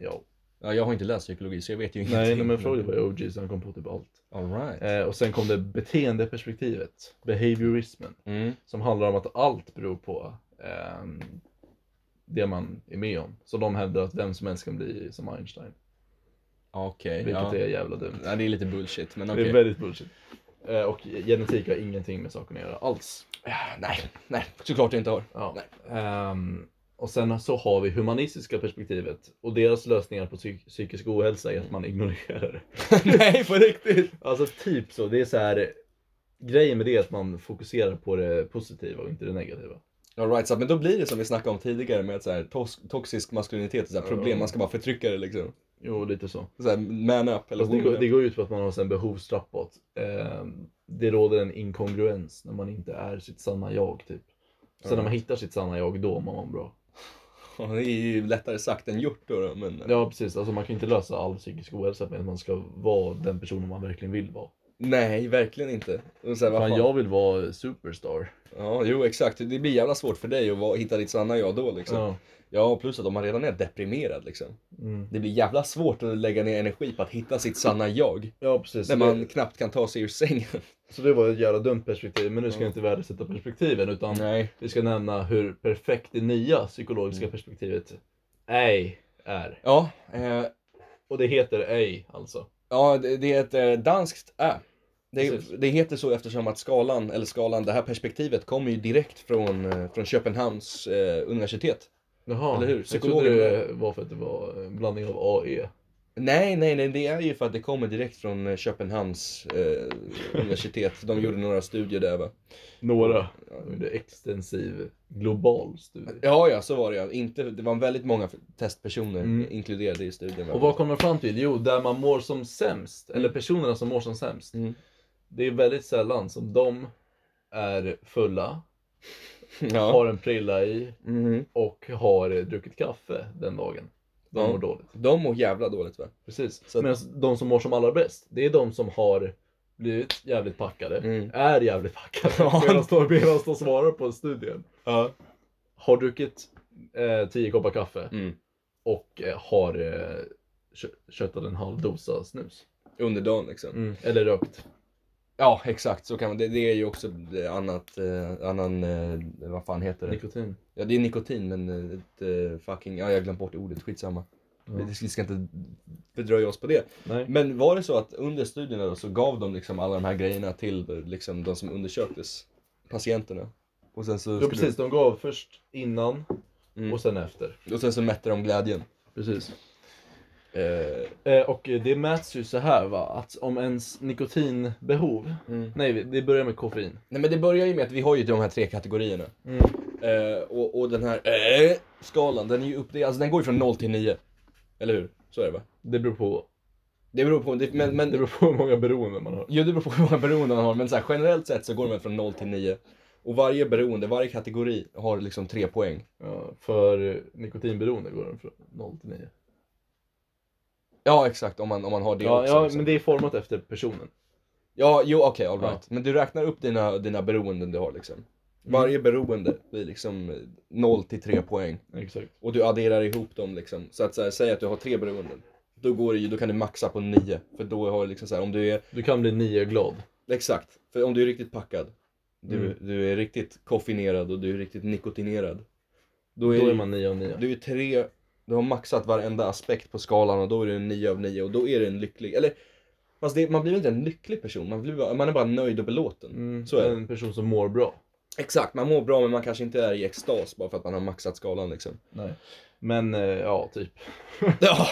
S1: Ja.
S2: Ja, jag har inte läst psykologi så jag vet ju ingenting.
S1: Nej, nej, men Freud var ju OG så han kom på typ allt.
S2: All right.
S1: Eh, och sen kom det beteendeperspektivet, behaviorismen.
S2: Mm.
S1: Som handlar om att allt beror på ehm, det man är med om. Så de hävdar att vem som helst kan bli som Einstein.
S2: Okej.
S1: Vilket
S2: ja.
S1: är jävla dumt.
S2: Ja, det är lite bullshit, men
S1: Det
S2: okej.
S1: är väldigt bullshit. Eh, och genetik har ingenting med saken att göra alls.
S2: Ja, Ah, Nej, nej, såklart jag inte har.
S1: Ja. Ehm, och sen så har vi humanistiska perspektivet och deras lösningar på psyk- psykisk ohälsa är att man ignorerar det.
S2: nej, på riktigt!
S1: Alltså typ så, det är så här Grejen med det är att man fokuserar på det positiva och inte det negativa.
S2: All right, så, men då blir det som vi snackade om tidigare med att så här, tos- toxisk maskulinitet, så här, problem, man ska bara förtrycka det liksom.
S1: Jo, lite så.
S2: Så här, man up eller
S1: Fast det,
S2: woman
S1: går,
S2: up.
S1: det går ut på att man har sen behovstrapp åt. Ehm, det råder en inkongruens när man inte är sitt sanna jag typ. Sen när man hittar sitt sanna jag, då mår man bra.
S2: Ja, det är ju lättare sagt än gjort då, då men...
S1: Ja precis, alltså man kan inte lösa all psykisk ohälsa med att man ska vara den personen man verkligen vill vara.
S2: Nej, verkligen inte. Och så här, vad
S1: Fan,
S2: fan?
S1: jag vill vara superstar.
S2: Ja, jo exakt. Det blir jävla svårt för dig att vara, hitta ditt sanna jag då liksom. Ja.
S1: Ja.
S2: plus att om man redan är deprimerad liksom.
S1: Mm.
S2: Det blir jävla svårt att lägga ner energi på att hitta sitt sanna jag.
S1: ja precis.
S2: När
S1: Så det-
S2: man knappt kan ta sig ur sängen.
S1: Så det var ett jävla dumt perspektiv, men nu ska
S2: Ja.
S1: jag inte värdesätta perspektiven utan
S2: Nej.
S1: Vi ska nämna hur perfekt det nya psykologiska perspektivet ej är.
S2: Ja, eh,
S1: Och det heter ej alltså.
S2: ja det, det är ett eh, danskt ä.
S1: Precis.
S2: Det, det heter så eftersom att skalan, eller skalan, det här perspektivet kommer ju direkt från, eh, från Köpenhamns eh, universitet.
S1: Jaha,
S2: Eller hur?
S1: Jag
S2: Psykologer-
S1: trodde det var för att det var en blandning av E. AE.
S2: Nej, nej, nej, det är ju för att det kommer direkt från eh, Köpenhamns eh, universitet. De gjorde några studier där va.
S1: Några. Under extensiv global studie.
S2: Ja, ja, så var det ja. Inte, det var väldigt många testpersoner
S1: Mm.
S2: inkluderade i studien. va?
S1: Och vad kommer man fram till? Jo, där man mår som sämst, eller personerna som mår som sämst.
S2: Mm.
S1: Det är väldigt sällan som de är fulla,
S2: ja.
S1: har en prilla i
S2: Mhm.
S1: och har eh, druckit kaffe den dagen. De
S2: Ja.
S1: mår dåligt.
S2: De mår jävla dåligt va?
S1: Precis.
S2: Så att-
S1: Medan de som mår som allra bäst, det är de som har blivit jävligt packade,
S2: Mm.
S1: är jävligt packade.
S2: Ja.
S1: Medan de, medan de svarar på studien.
S2: Ja.
S1: Har druckit eh, 10 koppar kaffe
S2: Mm.
S1: och eh, har eh, kö- köttat en halv dosa snus.
S2: Under dagen liksom.
S1: Eller rökt.
S2: Ja, exakt. Så kan man, det, det är ju också det annat, eh, annan, eh, vad fan heter det?
S1: Nikotin.
S2: Ja, det är nikotin men eh, ett eh, fucking, ja jag har glömt bort ordet, skitsamma.
S1: Ja.
S2: Vi vi ska inte fördröja oss på Mm. det.
S1: Nej.
S2: Men var det så att under studierna då så gav de liksom alla de här grejerna till eh, liksom de som undersöktes? Patienterna? Och sen så...
S1: Jo precis, de gav först innan
S2: Mm.
S1: och sen efter.
S2: Och sen så mätte de glädjen.
S1: Precis.
S2: Eh,
S1: Eh, och eh, det mäts ju så här va, att om ens nikotinbehov, nej det börjar med koffein.
S2: Nej men det börjar ju med att vi har ju de här tre kategorierna. Eh, och, och den här eh, skalan, den är ju uppdelad, alltså den går ju från 0 till 9. Eller hur? Så är det va?
S1: Det beror på
S2: Det beror på, det, men, men,
S1: Det beror på hur många beroenden man har.
S2: jo, det beror på hur många beroenden man har, men så här, generellt sett så går de från 0 till 9. Och varje beroende, varje kategori har liksom tre poäng.
S1: Ja, för eh, nikotinberoende går den från 0 till 9.
S2: Ja exakt, om man, om man har det
S1: Ja,
S2: också.
S1: ja
S2: liksom.
S1: men det är format efter personen.
S2: ja jo okej, all
S1: Ja. Mm.
S2: alright. Men du räknar upp dina, dina beroenden du har liksom. Varje beroende blir liksom eh, 0 till 3 poäng.
S1: Exakt.
S2: och du adderar ihop dem liksom. Så att så här, säg att du har tre beroenden. Då, går det, ju- då kan du maxa på nio. För då har du liksom så här, om du är,
S1: Du kan bli 9 glad.
S2: exakt. För om du är riktigt packad. Du,
S1: Mm.
S2: du är riktigt koffinerad och du är riktigt nikotinerad. Då är,
S1: Då
S2: du-
S1: är man 9 av 9.
S2: Du är tre, du har maxat varenda aspekt på skalan och då är du en nio av nio och då är du en lycklig, eller fast det, man blir ju inte en lycklig person, man, blir, bara- man är bara nöjd och belåten.
S1: Mm,
S2: Så är det.
S1: en person som mår bra.
S2: Exakt, man mår bra men man kanske inte är i extas bara för att man har maxat skalan liksom.
S1: Nej. Men eh, ja, typ.
S2: Ja,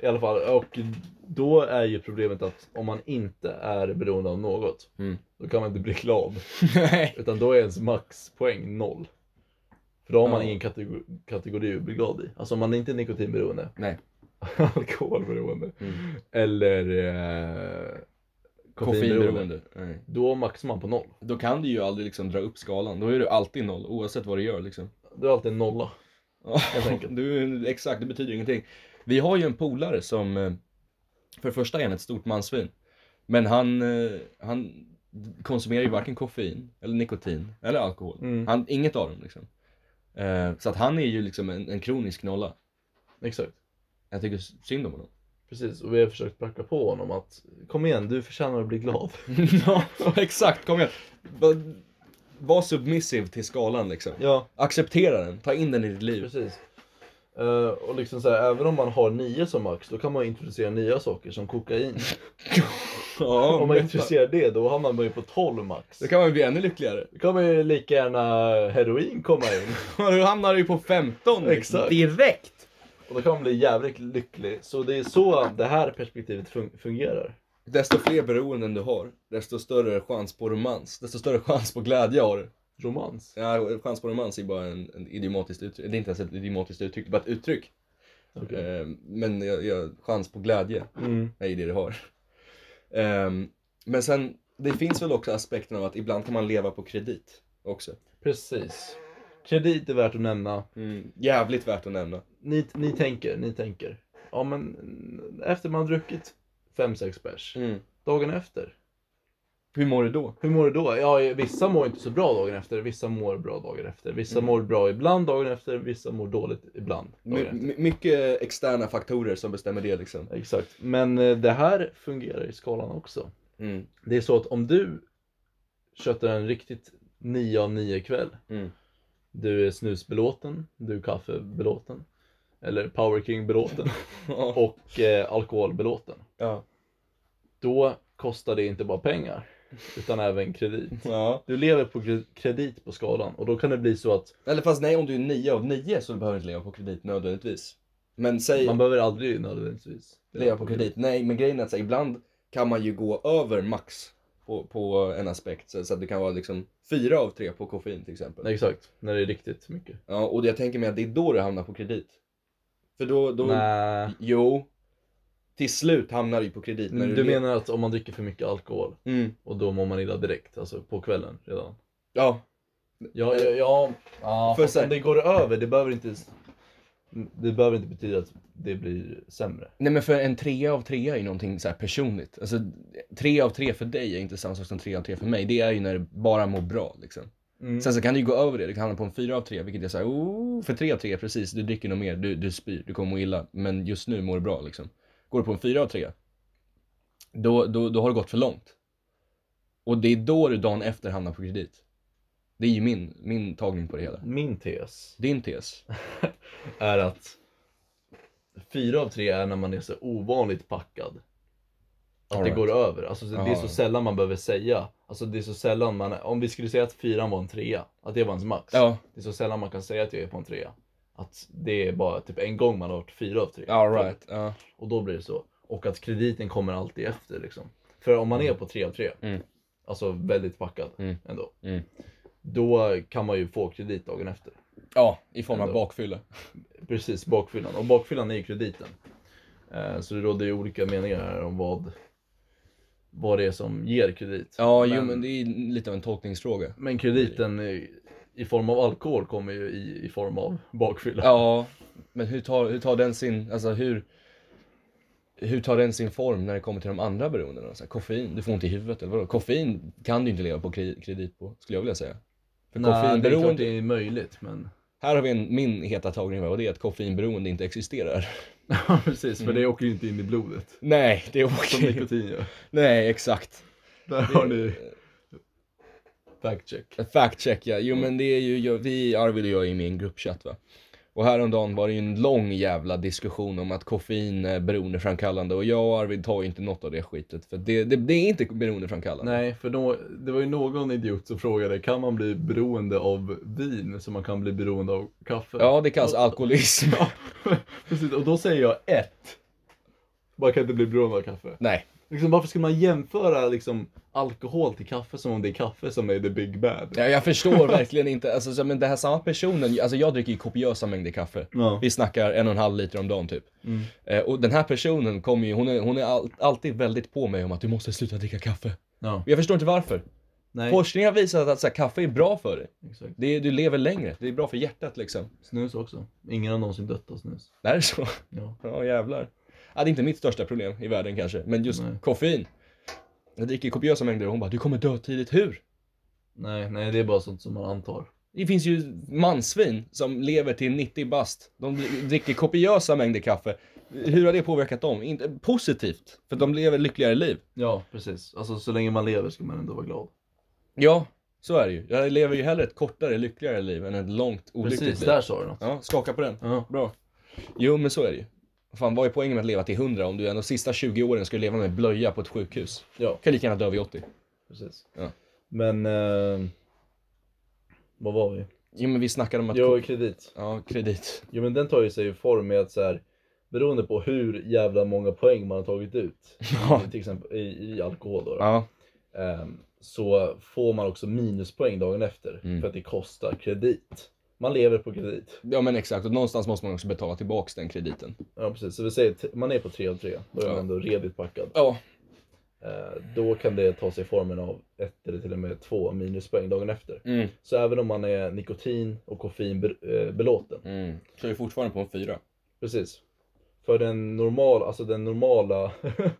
S1: I alla fall. Och då är ju problemet att om man inte är beroende av något,
S2: Mm.
S1: då kan man inte bli glad.
S2: nej.
S1: Utan då är ens maxpoäng 0. För då har man
S2: Ja.
S1: ingen kategori, kategori att bli glad i. Alltså om man inte är nikotinberoende,
S2: Nej.
S1: alkoholberoende,
S2: Mm.
S1: eller eh, koffeinberoende.
S2: Koffeinberoende. Nej.
S1: Då maxar man på noll.
S2: Då kan du ju aldrig liksom dra upp skalan. Då är du alltid noll oavsett vad du gör liksom.
S1: Du är alltid en nolla. enkelt.
S2: du, exakt, det betyder ingenting. Vi har ju en polare som, eh, för det första är han ett stort mansvin. Men han, eh, han konsumerar ju varken koffein, eller nikotin, eller alkohol.
S1: Mm.
S2: Han, inget av dem liksom. Eh, så att han är ju liksom en, en kronisk nolla.
S1: Exakt.
S2: Jag tycker synd om honom.
S1: Precis, och vi har försökt pracka på honom att kom igen, du förtjänar att bli glad.
S2: ja, exakt, kom igen. Va- Var submissiv till skalan liksom.
S1: Ja,
S2: Acceptera den, ta in den i ditt liv.
S1: precis. Eh, och liksom så här, även om man har nio som max, då kan man introducera nya saker som kokain.
S2: Ja,
S1: om man
S2: men-
S1: introducerar det, då hamnar man ju på 12 max.
S2: Då kan man ju bli ännu lyckligare.
S1: Då kommer ju lika gärna heroin komma in.
S2: Du hamnar ju på 15
S1: Exakt.
S2: direkt.
S1: Och då kan man bli jävligt lycklig. Så det är så det här perspektivet fun- fungerar.
S2: Desto fler beroenden du har, desto större chans på romans. Desto större chans på glädje har du.
S1: Romans.
S2: Ja, chans på romans är bara en, en idiomatiskt uttryck. Det är inte ens ett idiomatiskt uttryck, det är bara ett uttryck.
S1: Okej.
S2: Eh, men jag, jag, chans på glädje
S1: Mm.
S2: är ju det du har. Ehm, men sen, det finns väl också aspekten av att ibland kan man leva på kredit också.
S1: Precis. Kredit är värt att nämna.
S2: Jävligt värt att nämna.
S1: Ni, ni tänker, ni tänker. Ja men efter man har druckit 5-6 bärs, dagen efter,
S2: Hur mår du då?
S1: hur mår du då? Ja, vissa mår inte så bra dagen efter, vissa mår bra dagen efter. Vissa mår bra ibland dagen efter, vissa mår dåligt ibland. Dagen
S2: My,
S1: efter.
S2: my- mycket externa faktorer som bestämmer det liksom.
S1: Exakt. Men eh, det här fungerar i skalan också. Det är så att om du köttar en riktigt 9 av 9 kväll.
S2: Mm.
S1: Du är snusbelåten, du är kaffebelåten. Eller Power King belåten
S2: Ja.
S1: och eh, alkoholbelåten.
S2: Ja.
S1: Då kostar det inte bara pengar utan även
S2: Mm.
S1: kredit.
S2: ja.
S1: Du lever på kre- kredit på skalan och då kan det bli så att
S2: Eller fast nej, om du är 9 av 9 så behöver du inte leva på kredit nödvändigtvis. Men säg
S1: man behöver aldrig nödvändigtvis
S2: leva på kredit. Nej, men grejen är att så här, ibland kan man ju gå över max på, på en aspekt. Så, så att det kan vara liksom 4 av 3 på koffein till exempel.
S1: Nej, Exakt, när det är riktigt mycket.
S2: Ja, och jag tänker mig att det är då du hamnar på kredit. För då, då
S1: Nej,
S2: jo. Till slut hamnar du på kredit. När
S1: Mm, du menar att om man dricker för mycket alkohol
S2: Mm.
S1: och då mår man illa direkt, alltså på kvällen redan?
S2: Ja,
S1: Ja, ja, ja, ja
S2: För
S1: fast
S2: sen-
S1: om det går över, det behöver inte Det behöver inte betyda att det blir sämre.
S2: Nej men för en trea av trea är ju någonting så här personligt. Alltså tre av tre för dig är inte samma sak som tre av tre för mig. Det är ju när det bara mår bra liksom. Sen så kan du ju gå över det, du kan hamna på en fyra av tre vilket är såhär oh, för tre av tre precis, du dricker nog mer, du, du spyr, du kommer må illa. Men just nu mår du bra liksom. Går du på en fyra av tre, då, då, då har det gått för långt. Och det är då du dagen efter hamnar på kredit. Det är ju min, min tagning på det hela.
S1: Min tes
S2: Din tes.
S1: är att fyra av tre är när man är så ovanligt packad. Att
S2: All
S1: det
S2: right.
S1: går över. Alltså, det är
S2: Jaha.
S1: så sällan man behöver säga. Alltså, det är så sällan man, om vi skulle säga att fyran var en trea, att det var ens max.
S2: Ja,
S1: Det är så sällan man kan säga att jag är på en trea. Att det är bara typ en gång man har varit fyra av tre.
S2: alright. Ja.
S1: Och då blir det så. Och att krediten kommer alltid efter liksom. För om man är på 3 av 3,
S2: Mm.
S1: alltså väldigt packad
S2: Mm.
S1: ändå.
S2: Mm.
S1: Då kan man ju få kredit dagen efter.
S2: ja, i form av
S1: Ändå.
S2: bakfylla.
S1: Precis, bakfyllan. Och bakfyllan är ju krediten. Eh, Så det råder ju olika meningar här om vad, vad det är som ger kredit.
S2: Ja, jo men det är ju lite av en tolkningsfråga.
S1: men krediten i, i form av alkohol kommer ju i, i form av bakfylla.
S2: Ja, men hur tar, hur tar den sin, alltså hur, hur tar den sin form när det kommer till de andra beroendena? Så här, koffein, du får ont i huvudet eller vadå? Koffein kan du inte leva på kre- kredit på, skulle jag vilja säga. För
S1: Nej, det är klart
S2: koffeinberoende,
S1: det är möjligt men...
S2: här har vi en, min heta tagning va, och det är att koffeinberoende inte existerar.
S1: Ja precis, för det åker ju inte in i blodet.
S2: Nej, det är
S1: Som
S2: okej.
S1: nikotin gör.
S2: Nej, exakt.
S1: Där har ni fact check.
S2: Fact check ja.
S1: Mm.
S2: Jo men det är ju, jag, vi, Arvid och jag är ju med i en gruppchatt va. Och häromdagen var det ju en lång jävla diskussion om att koffein är beroendeframkallande och jag och Arvid tar ju inte något av det skitet för det, det, det är inte beroendeframkallande.
S1: Nej, för då, det var ju någon idiot som frågade kan man bli beroende av vin som man kan bli beroende av kaffe?
S2: Ja det kallas alkoholism.
S1: Ja, Precis, och då säger jag ett. Man kan inte bli beroende av kaffe.
S2: Nej.
S1: Liksom, varför skulle man jämföra liksom, alkohol till kaffe som om det är kaffe som är the big bad?
S2: Ja, jag förstår verkligen inte, alltså, så- men den här samma personen, alltså jag dricker ju kopiösa mängder kaffe.
S1: Ja.
S2: Vi snackar en och en halv liter om dagen typ.
S1: Mm.
S2: Eh, och den här personen kommer ju, hon är, hon är all, alltid väldigt på mig om att du måste sluta dricka kaffe.
S1: Ja.
S2: Jag förstår inte varför.
S1: Nej,
S2: Forskning har visat att så här, kaffe är bra för dig.
S1: exakt.
S2: Det är, du lever längre, det är bra för hjärtat liksom.
S1: Snus också. Ingen har någonsin dött av snus.
S2: Det här är så.
S1: Ja.
S2: Ja jävlar. Ja, det är inte mitt största problem i världen kanske, men just
S1: Nej.
S2: koffein. Jag dricker kopiösa mängder och hon bara du kommer dö tidigt, hur?
S1: Nej, nej det är bara sånt som man antar.
S2: Det finns ju mansvin som lever till 90 bast. De dricker kopiösa mängder kaffe. Hur har det påverkat dem? Inte, positivt, för de lever lyckligare liv.
S1: Ja, precis. Alltså så länge man lever ska man ändå vara glad.
S2: Ja, så är det ju. Jag lever ju hellre ett kortare lyckligare liv än ett långt olyckligt
S1: Precis,
S2: liv.
S1: där sa du något.
S2: Ja, skaka på den.
S1: Ja.
S2: Bra. Jo, men så är det ju. Fan, vad är poängen med att leva till 100 om du ändå sista 20 åren ska leva med blöja på ett sjukhus?
S1: ja,
S2: Kan lika gärna dö vid 80.
S1: precis.
S2: Ja.
S1: Men... Eh, vad var vi?
S2: Jo, men vi snackade om att...
S1: Jo, kredit.
S2: Ja, kredit.
S1: Jo men den tar ju sig i form med att så här, beroende på hur jävla många poäng man har tagit ut,
S2: Ja.
S1: till exempel i, i alkohol då, då
S2: Ja.
S1: ehm, så får man också minuspoäng dagen efter
S2: Mm.
S1: för att det kostar kredit. Man lever på kredit.
S2: ja, men exakt. Och någonstans måste man också betala tillbaks den krediten.
S1: Ja precis, så vi säger att man är på 3 av 3, då är man
S2: Ja.
S1: ändå redigt packad.
S2: Ja,
S1: Eh, då kan det ta sig formen av ett eller till och med två minuspoäng dagen efter.
S2: mm.
S1: Så även om man är nikotin och koffein be- eh, belåten,
S2: Mm. Så är det fortfarande på en fyra.
S1: Precis. För den normala, alltså den normala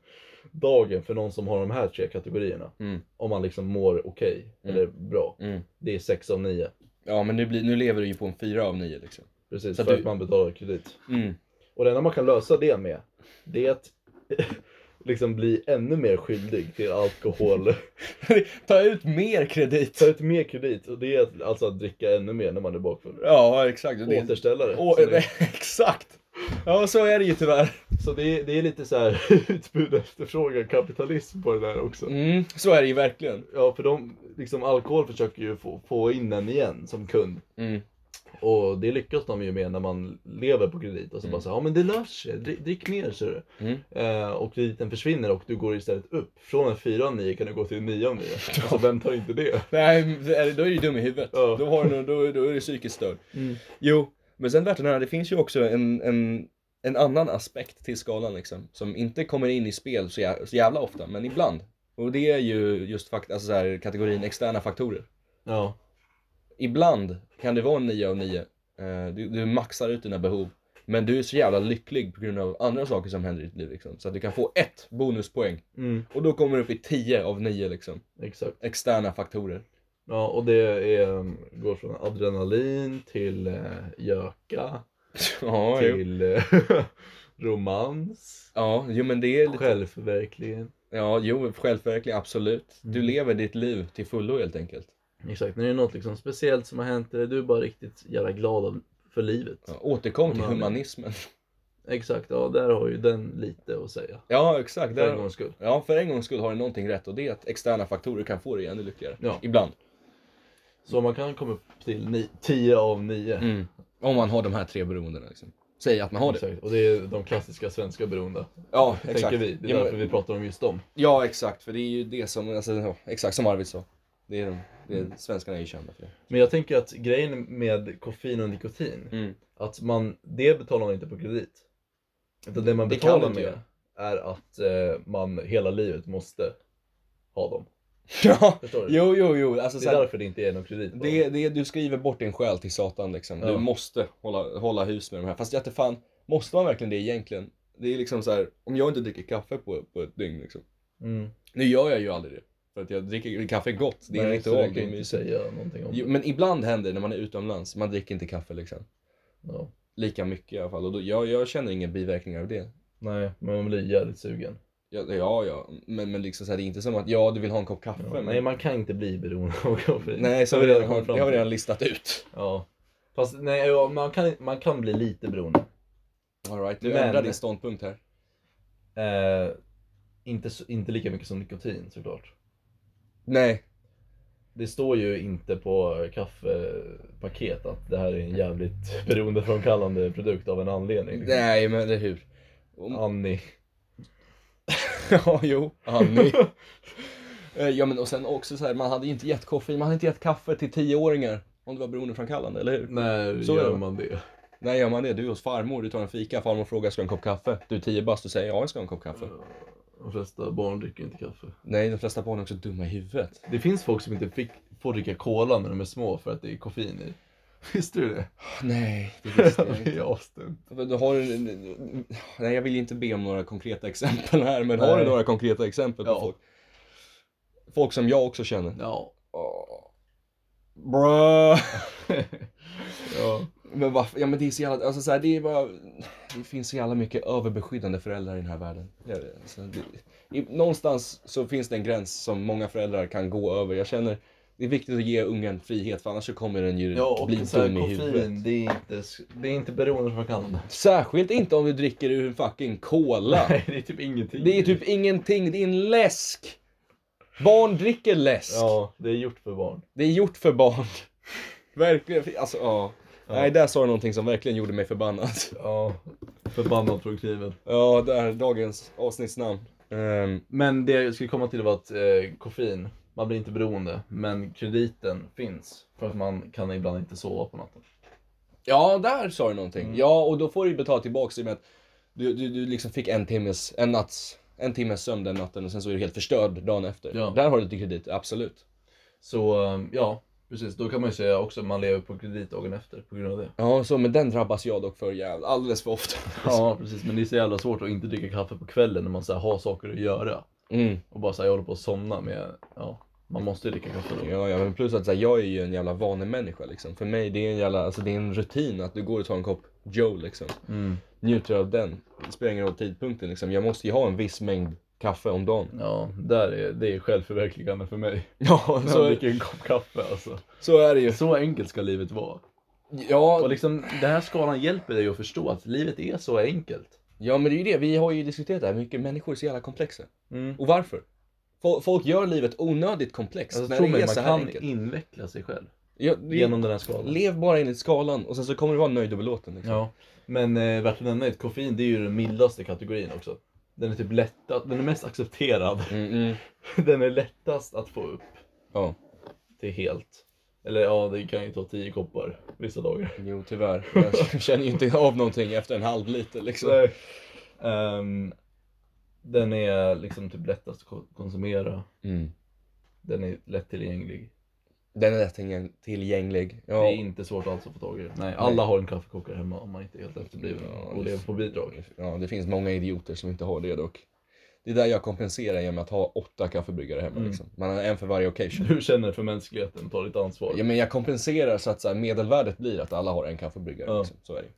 S1: dagen för någon som har de här tre kategorierna,
S2: Mm.
S1: om man liksom mår okej
S2: Mm.
S1: eller bra,
S2: Mm.
S1: det är 6 av 9.
S2: Ja, men nu, blir, nu lever du ju på en fyra av nio liksom.
S1: Precis,
S2: Så
S1: för
S2: du-
S1: att man betalar kredit.
S2: Mm.
S1: Och det enda man kan lösa det med, det är att liksom bli ännu mer skyldig till alkohol.
S2: Ta ut mer kredit!
S1: Ta ut mer kredit, och det är att- alltså att dricka ännu mer när man är bakfull.
S2: Ja, exakt. Det är-
S1: Återställare.
S2: Åh,
S1: så, det,
S2: exakt! Ja, så är det ju tyvärr.
S1: så det, är, det är lite så här utbud och efterfrågan, kapitalism på det där också.
S2: Mm, så är det ju verkligen.
S1: Ja, för de, liksom alkohol försöker ju få, få in en igen som kund.
S2: Mm.
S1: Och det lyckas de ju med när man lever på kredit. Och så
S2: Mm.
S1: bara så här, ja men det löser sig, drick, drick mer ser du.
S2: Mm.
S1: Eh, och krediten försvinner och du går istället upp. Från en 4 av 9 kan du gå till en 9 av 9. Alltså vem tar inte det?
S2: Nej, men är det- då är du dum i huvudet.
S1: Ja.
S2: Då, har du, då, då är du psykiskt störd. Jo, men sen värt att nämna, det finns ju också en, en, en annan aspekt till skalan liksom. Som inte kommer in i spel så, jä, så jävla ofta, men ibland. Och det är ju just fakt, alltså så här, kategorin externa faktorer.
S1: Ja,
S2: Ibland kan det vara en 9 av 9. Eh, Du, du maxar ut dina behov. Men du är så jävla lycklig på grund av andra saker som händer i ditt liv liksom. Så att du kan få ett bonuspoäng.
S1: mm,
S2: Och då kommer du upp i 10 av 9 liksom.
S1: exakt.
S2: Externa faktorer.
S1: Ja, och det är, mm, går från adrenalin till eh, göka,
S2: Ja, jo.
S1: till eh, romans,
S2: Ja, jo men det är lite...
S1: självförverkligande.
S2: Ja, jo, självförverkligande, absolut. Du
S1: Mm.
S2: lever ditt liv till fullo helt enkelt.
S1: Exakt, när det är något liksom speciellt som har hänt eller du är bara riktigt jävla glad av- för livet.
S2: Ja, återkom till
S1: Mm.
S2: humanismen.
S1: Exakt, ja där har ju den lite att säga.
S2: Ja, exakt.
S1: För en
S2: Där...
S1: gångs skull.
S2: Ja, för en gångs skull har du någonting rätt och det är att externa faktorer kan få dig ännu lyckligare.
S1: Ja.
S2: Ibland.
S1: Så man kan komma upp till ni- 10 av 9.
S2: Mm. Om man har de här tre beroendena liksom. Säg att man har det.
S1: Exakt. Och det är de klassiska svenska beroende,
S2: Ja, exakt.
S1: tänker vi. Det är
S2: Ja, men-
S1: därför vi pratar om just dem.
S2: Ja, exakt. För det är ju det som, alltså, ja, exakt som Arvid sa. Det är de, det är, svenskarna är ju kända för det.
S1: Men jag tänker att grejen med koffein och nikotin,
S2: Mm.
S1: att man, det betalar man inte på kredit. Utan det man
S2: Det kan du
S1: betalar
S2: inte
S1: med
S2: göra.
S1: är att eh, man hela livet måste ha dem.
S2: Ja,
S1: Förstår du?
S2: jo, jo, jo. Alltså,
S1: det
S2: så
S1: är
S2: här,
S1: därför det inte är någon kredit på
S2: Det, det, du skriver bort din själ till Satan liksom. Du
S1: Ja.
S2: måste hålla, hålla hus med de här. Fast jag vet fan, måste man verkligen det egentligen? Det är liksom så här, om jag inte dricker kaffe på, på ett dygn liksom.
S1: dem. Mm.
S2: Nu gör jag ju aldrig det. För att jag dricker kaffe är gott, det är en
S1: Nej, så du
S2: ritual,
S1: kan
S2: det är
S1: inte
S2: mysigt.
S1: säga någonting om
S2: Jo,
S1: det.
S2: Men ibland händer det när man är utomlands, man dricker inte kaffe liksom.
S1: Ja.
S2: Lika mycket i alla fall. Och då, jag, jag känner inga biverkningar av det.
S1: Nej, men man blir jävligt sugen.
S2: Ja, ja, ja. Men, men liksom så här, det är inte som att ja, du vill ha en kopp kaffe.
S1: Ja,
S2: men...
S1: nej, man kan inte bli beroende av koffein.
S2: Nej, så
S1: Det
S2: har vi redan,
S1: kommit
S2: har,
S1: fram
S2: det har vi
S1: till.
S2: redan listat ut.
S1: Ja. Fast nej, ja, man, kan, man kan bli lite beroende.
S2: Alright, du
S1: Men-
S2: ändrar din ståndpunkt här.
S1: Eh, inte, så- inte lika mycket som nikotin såklart.
S2: Nej.
S1: Det står ju inte på kaffepaket att det här är en jävligt beroendeframkallande produkt av en anledning. liksom.
S2: Nej, men eller hur. Om-
S1: Annie.
S2: Ja, jo. Annie. Eh, ja, men och sen också så här, man hade ju inte gett koffein, man hade inte gett kaffe till 10-åringar om det var beroendeframkallande, eller hur?
S1: När
S2: Så är
S1: gör
S2: det.
S1: man det?
S2: Nej, gör man det, du är hos farmor, du tar en fika, farmor frågar ska du ha en kopp kaffe? Du är 10 bast, du säger ja, jag ska ha en kopp kaffe.
S1: De flesta barn dricker inte kaffe.
S2: Nej, de flesta barn är också dumma i huvudet.
S1: Det finns folk som inte fick, får dricka cola när de är små för att det är koffein i. Visste du det?
S2: Ah, Nej, det visste jag
S1: Det
S2: inte.
S1: är asdumt.
S2: Men Du har, nej, jag vill ju inte be om några konkreta exempel här, men har
S1: Nej.
S2: du några konkreta exempel på
S1: Ja.
S2: folk? Folk som jag också känner.
S1: Ja.
S2: Oh. Bruh.
S1: ja.
S2: Men varför? Ja men det är så jävla, alltså så här, det är bara, det finns så jävla mycket överbeskyddande föräldrar i den här världen. Ja, det- Alltså, det, i, någonstans så finns det en gräns som många föräldrar kan gå över. Jag känner, det är viktigt att ge ungen frihet för annars så kommer den ju
S1: Ja, och
S2: bli
S1: så här,
S2: dum i huvudet.
S1: koffein, det är inte, det är inte beroendeframkallande.
S2: Särskilt inte om du dricker ur en fucking cola.
S1: Nej, det är typ ingenting.
S2: Det är typ ingenting, det är en läsk. Barn dricker läsk.
S1: Ja, det är gjort för barn.
S2: Det är gjort för barn. Verkligen, alltså ja.
S1: Ja.
S2: Nej, där sa du någonting som verkligen gjorde mig förbannad.
S1: Ja, förbannat produktiven.
S2: Ja, där, dagens avsnittsnamn. Ehm,
S1: Men det jag skulle komma till var att eh, koffein, man blir inte beroende, men krediten finns. För att man kan ibland inte sova på natten.
S2: ja, där sa du någonting.
S1: Mm.
S2: Ja, och då får du ju betala tillbaka i och med att du, du, du liksom fick en timmes, en natts, en timmes sömn den natten och sen så är du helt förstörd dagen efter.
S1: Ja.
S2: Där har du lite kredit, absolut.
S1: Så eh, ja, precis. Då kan man ju säga också att man lever på kredit dagen efter på grund av det.
S2: Ja, så men den drabbas jag dock för jävla alldeles för ofta.
S1: Ja, precis. Men det är så jävla svårt att inte dricka kaffe på kvällen när man så här, har saker att göra.
S2: Mm.
S1: Och bara säga jag håller på att somna med, ja, man måste ju dricka kaffe då.
S2: Ja, ja, men plus att så här, jag är ju en jävla vanemänniska liksom. För mig, det är en jävla, alltså det är en rutin att du går och tar en kopp Joe liksom.
S1: Mm.
S2: Njuter av den. Det spelar ingen roll tidpunkten liksom. Jag måste ju ha en viss mängd kaffe om dagen.
S1: Ja, där är, det är självförverkligande för mig.
S2: Ja,
S1: När man
S2: så,
S1: dricker en kopp kaffe alltså.
S2: så är det ju.
S1: Så enkelt ska livet vara.
S2: Ja,
S1: Och liksom, den här skalan hjälper dig att förstå att livet är så enkelt.
S2: Ja men det är ju det, vi har ju diskuterat det här mycket, människor är så jävla komplexa.
S1: Mm.
S2: Och varför? Fol- Folk gör livet onödigt komplext
S1: Alltså,
S2: när
S1: tro
S2: det
S1: mig,
S2: är
S1: man
S2: så här
S1: kan
S2: enkelt.
S1: inveckla sig själv
S2: Ja, det-
S1: genom den här skalan.
S2: Lev bara enligt skalan och sen så kommer du vara nöjd och belåten. Liksom.
S1: Ja, men eh, värt att nämna är att koffein det är ju den mildaste kategorin också. Den är typ lättast, den är mest accepterad.
S2: Mm, mm.
S1: Den är lättast att få upp
S2: ja.
S1: till helt. Eller ja, det kan ju ta 10 koppar vissa dagar.
S2: Jo tyvärr, jag känner ju inte av någonting efter en halv liter liksom.
S1: Så, ehm, den är liksom typ lättast att ko- konsumera.
S2: Mm.
S1: Den är lättillgänglig.
S2: Den är lättillgänglig. Ja.
S1: Det är inte svårt alls att få tag i den. Nej, alla har en kaffekokare hemma om man inte är helt efterbliven
S2: Ja,
S1: och
S2: det-
S1: lever på bidrag.
S2: ja, det finns många idioter som inte har det dock. Det är där jag kompenserar genom att ha åtta kaffebryggare hemma
S1: Mm.
S2: liksom. Man har en för varje occasion.
S1: Du känner för mänskligheten, ta ditt ansvar.
S2: Ja, men jag kompenserar så att så här, medelvärdet blir att alla har en kaffebryggare.
S1: Ja.
S2: Liksom. Så är det.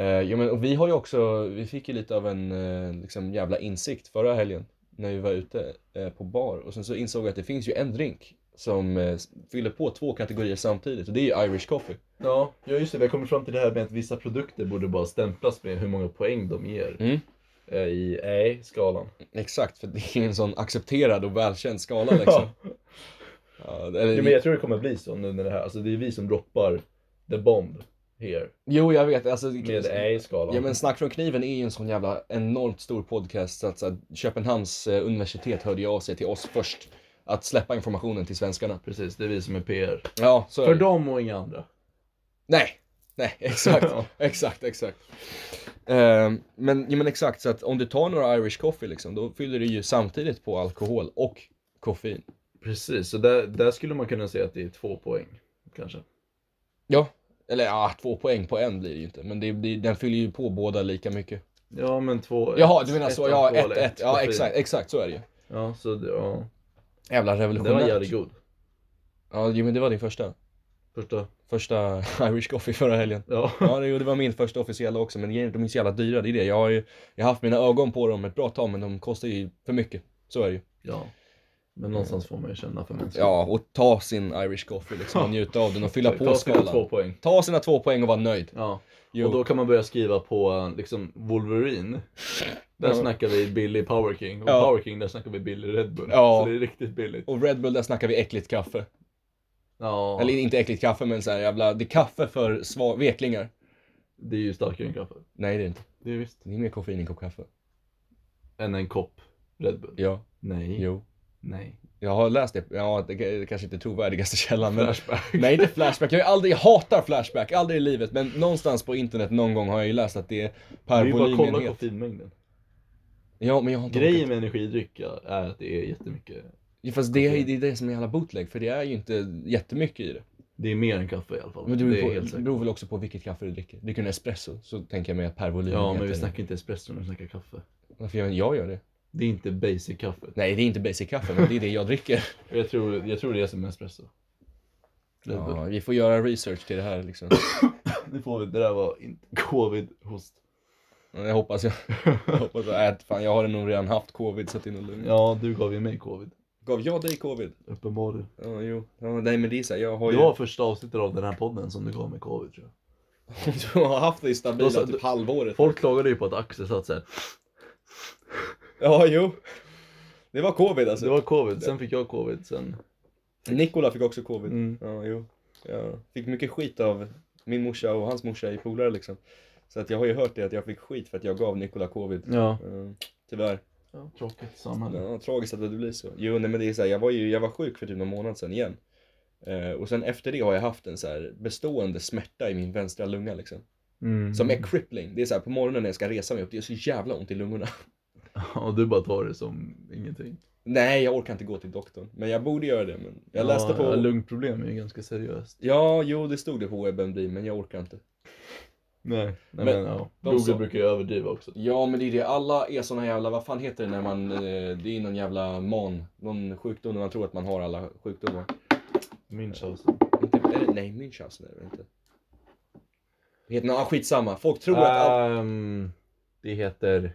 S2: Uh, ja, men, och vi har ju också, vi fick ju lite av en eh, liksom, jävla insikt förra helgen när vi var ute eh, på bar och sen så insåg jag att det finns ju en drink som eh, s- fyller på två kategorier samtidigt och det är ju Irish coffee.
S1: Ja, ja just det. Vi har kommit fram till det här med att vissa produkter borde bara stämplas med hur många poäng de ger
S2: Mm.
S1: eh, i E-skalan.
S2: Exakt, för det är en sån accepterad och välkänd skala liksom. ja, eller,
S1: Ja, men jag tror det kommer bli så nu när det här, alltså det är vi som droppar the bomb here
S2: Jo, jag vet. Alltså,
S1: med E-skalan.
S2: Ja men Snack från kniven är ju en sån jävla enormt stor podcast så att, så att Köpenhamns eh, universitet hörde ju av sig till oss först att släppa informationen till svenskarna.
S1: Precis, det är vi som är PR.
S2: Ja, så är
S1: För
S2: det.
S1: dem och inga andra.
S2: Nej, nej, exakt,
S1: Ja.
S2: exakt, exakt. Ehm, men, ja, men exakt, så att om du tar några Irish coffee liksom, då fyller du ju samtidigt på alkohol och koffein.
S1: Precis, så där, där skulle man kunna säga att det är två poäng kanske.
S2: Ja, eller ja, två poäng på en blir det ju inte, men det, det, den fyller ju på båda lika mycket.
S1: Ja men två...
S2: Jaha, du menar
S1: ett
S2: så, ja,
S1: alkohol,
S2: ett, ett, ja
S1: koffein.
S2: exakt, exakt så är det ju.
S1: Ja, så det, ja.
S2: Jävla
S1: Den var
S2: revolutionärt.
S1: jävligt god.
S2: Ja, jo, men det var din första.
S1: Första.
S2: första Irish coffee förra helgen.
S1: Ja.
S2: Ja, det, det var min första officiella också, men grejen är att de är så jävla dyra, det är det. Jag har ju jag har haft mina ögon på dem ett bra tag, men de kostar ju för mycket. Så är det ju.
S1: ja. Men någonstans får man ju känna för mänskligheten.
S2: Ja, och ta sin Irish coffee liksom och njuta av den och fylla på
S1: Ta sina två
S2: skalan.
S1: poäng.
S2: Ta sina två poäng och vara nöjd.
S1: Ja.
S2: Jo.
S1: Och då kan man börja skriva på eh, liksom Wolverine. Där
S2: Ja.
S1: snackar vi Billy Power King. Och
S2: Ja.
S1: Power King där snackar vi Billy Red Bull.
S2: Ja.
S1: Så det är riktigt billigt.
S2: Och Red Bull, där snackar vi äckligt kaffe.
S1: Ja.
S2: Eller inte äckligt kaffe, men så här jävla, det är kaffe för sva, veklingar.
S1: Det är ju starkare än kaffe.
S2: Nej, det är inte.
S1: Det är visst.
S2: Det är mer koffein än kopp kaffe.
S1: Än en kopp Red Bull.
S2: Ja,
S1: Nej.
S2: jo.
S1: Nej.
S2: Jag har läst det, ja, det det kanske inte är trovärdigaste källan, men
S1: Flashback.
S2: Nej inte Flashback, jag, har ju aldrig, jag hatar Flashback, aldrig i livet. Men någonstans på internet någon gång har jag ju läst att det är
S1: Det är
S2: per
S1: ju bara att kolla
S2: volymenhet.
S1: koffeinmängden.
S2: Ja men jag har inte
S1: Grejen med energidryck ja, är att det är jättemycket.
S2: orkat. Fast det är ju det, är det som är hela bootleg, för det är ju inte jättemycket i det.
S1: Det är mer än kaffe i alla fall.
S2: Men det
S1: det är
S2: beror,
S1: helt
S2: på,
S1: säkert.
S2: beror väl också på vilket kaffe du dricker. Dricker du en espresso så tänker jag mig att per volymenhet
S1: Ja, men
S2: är
S1: vi
S2: det.
S1: snackar inte espresso när vi snackar kaffe.
S2: Varför jag, jag gör det?
S1: Det är inte basic-kaffet.
S2: Nej, det är inte basic kaffe, men det är det jag dricker.
S1: Jag tror, jag tror det är som espresso.
S2: Ja, vi får göra research till det här liksom.
S1: Nu får vi, det där var inte covid-host.
S2: Jag hoppas jag. jag hoppas jag, äh, fan, jag har nog redan haft covid så att det är nog lugnt.
S1: Ja, du gav ju mig covid.
S2: Gav jag dig covid?
S1: Uppenbarligen.
S2: Ja, jo. Ja, nej men det är så här, jag har
S1: Det
S2: ju...
S1: var första avsnittet av den här podden som du gav mig covid tror jag.
S2: Du har haft det i
S1: Då
S2: stabila
S1: så-
S2: typ halvåret.
S1: Folk klagade ju på att Axel satt såhär.
S2: Ja, jo. Det var covid alltså.
S1: Det var covid, sen fick jag covid, sen...
S2: Nikola fick också covid.
S1: Mm.
S2: Ja, jo. Jag fick mycket skit av min morsa och hans morsa i polare liksom. Så att jag har ju hört det att jag fick skit för att jag gav Nikola covid.
S1: Ja.
S2: Eh, Tyvärr.
S1: Tråkigt samhälle.
S2: Ja, tragiskt att det blir så. Jo, nej men det är så här, jag var ju jag var sjuk för typ någon månad sedan igen. Eh, och sen efter det har jag haft en så här bestående smärta i min vänstra lunga liksom.
S1: Mm.
S2: Som är crippling. Det är så här, på morgonen när jag ska resa mig upp, det är så jävla ont i lungorna.
S1: Och du bara tar det som ingenting.
S2: Nej, jag orkar inte gå till doktorn. Men jag borde göra det. Men jag läste på...
S1: Ja, lungproblem är ju ganska seriöst.
S2: Ja, jo, det stod det på WebMD, men jag orkar inte.
S1: Nej, Nej men,
S2: Men
S1: ja.
S2: de
S1: Google
S2: sa-
S1: brukar ju överdriva också.
S2: Ja, men det är det. Alla är såna jävla, vad fan heter det när man, eh, det är någon jävla man, någon sjukdom när man tror att man har alla sjukdomar.
S1: Münchhausen.
S2: Inte, är det, nej, Münchhausen är det inte. Det heter, ah, skitsamma. Folk tror att allt...
S1: Ehm, det heter...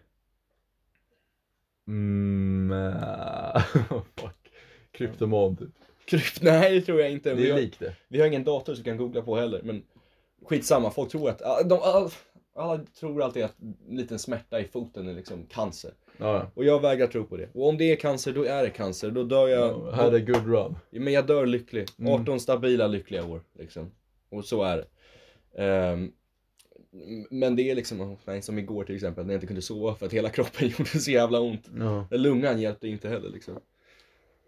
S1: Mm, äh, fuck. Kryptoman typ.
S2: Krypt, nej, det tror jag inte.
S1: Det
S2: Vi
S1: är
S2: har,
S1: likt det.
S2: vi har ingen dator som kan googla på heller, men skitsamma. Folk tror att, ah, de, all, alla tror alltid att en liten smärta i foten är liksom cancer.
S1: Ja, ja.
S2: Och jag vägrar tro på det. Och om det är cancer, då är det cancer. Då dör jag.
S1: Här är good run.
S2: Men jag dör lycklig.
S1: Mm.
S2: 18 stabila lyckliga år. Liksom. Och så är det. Ehm, men det är liksom, åh, nej, som igår till exempel, när jag inte kunde sova för att hela kroppen gjorde så jävla ont.
S1: Ja,
S2: Lungan hjälpte inte heller liksom.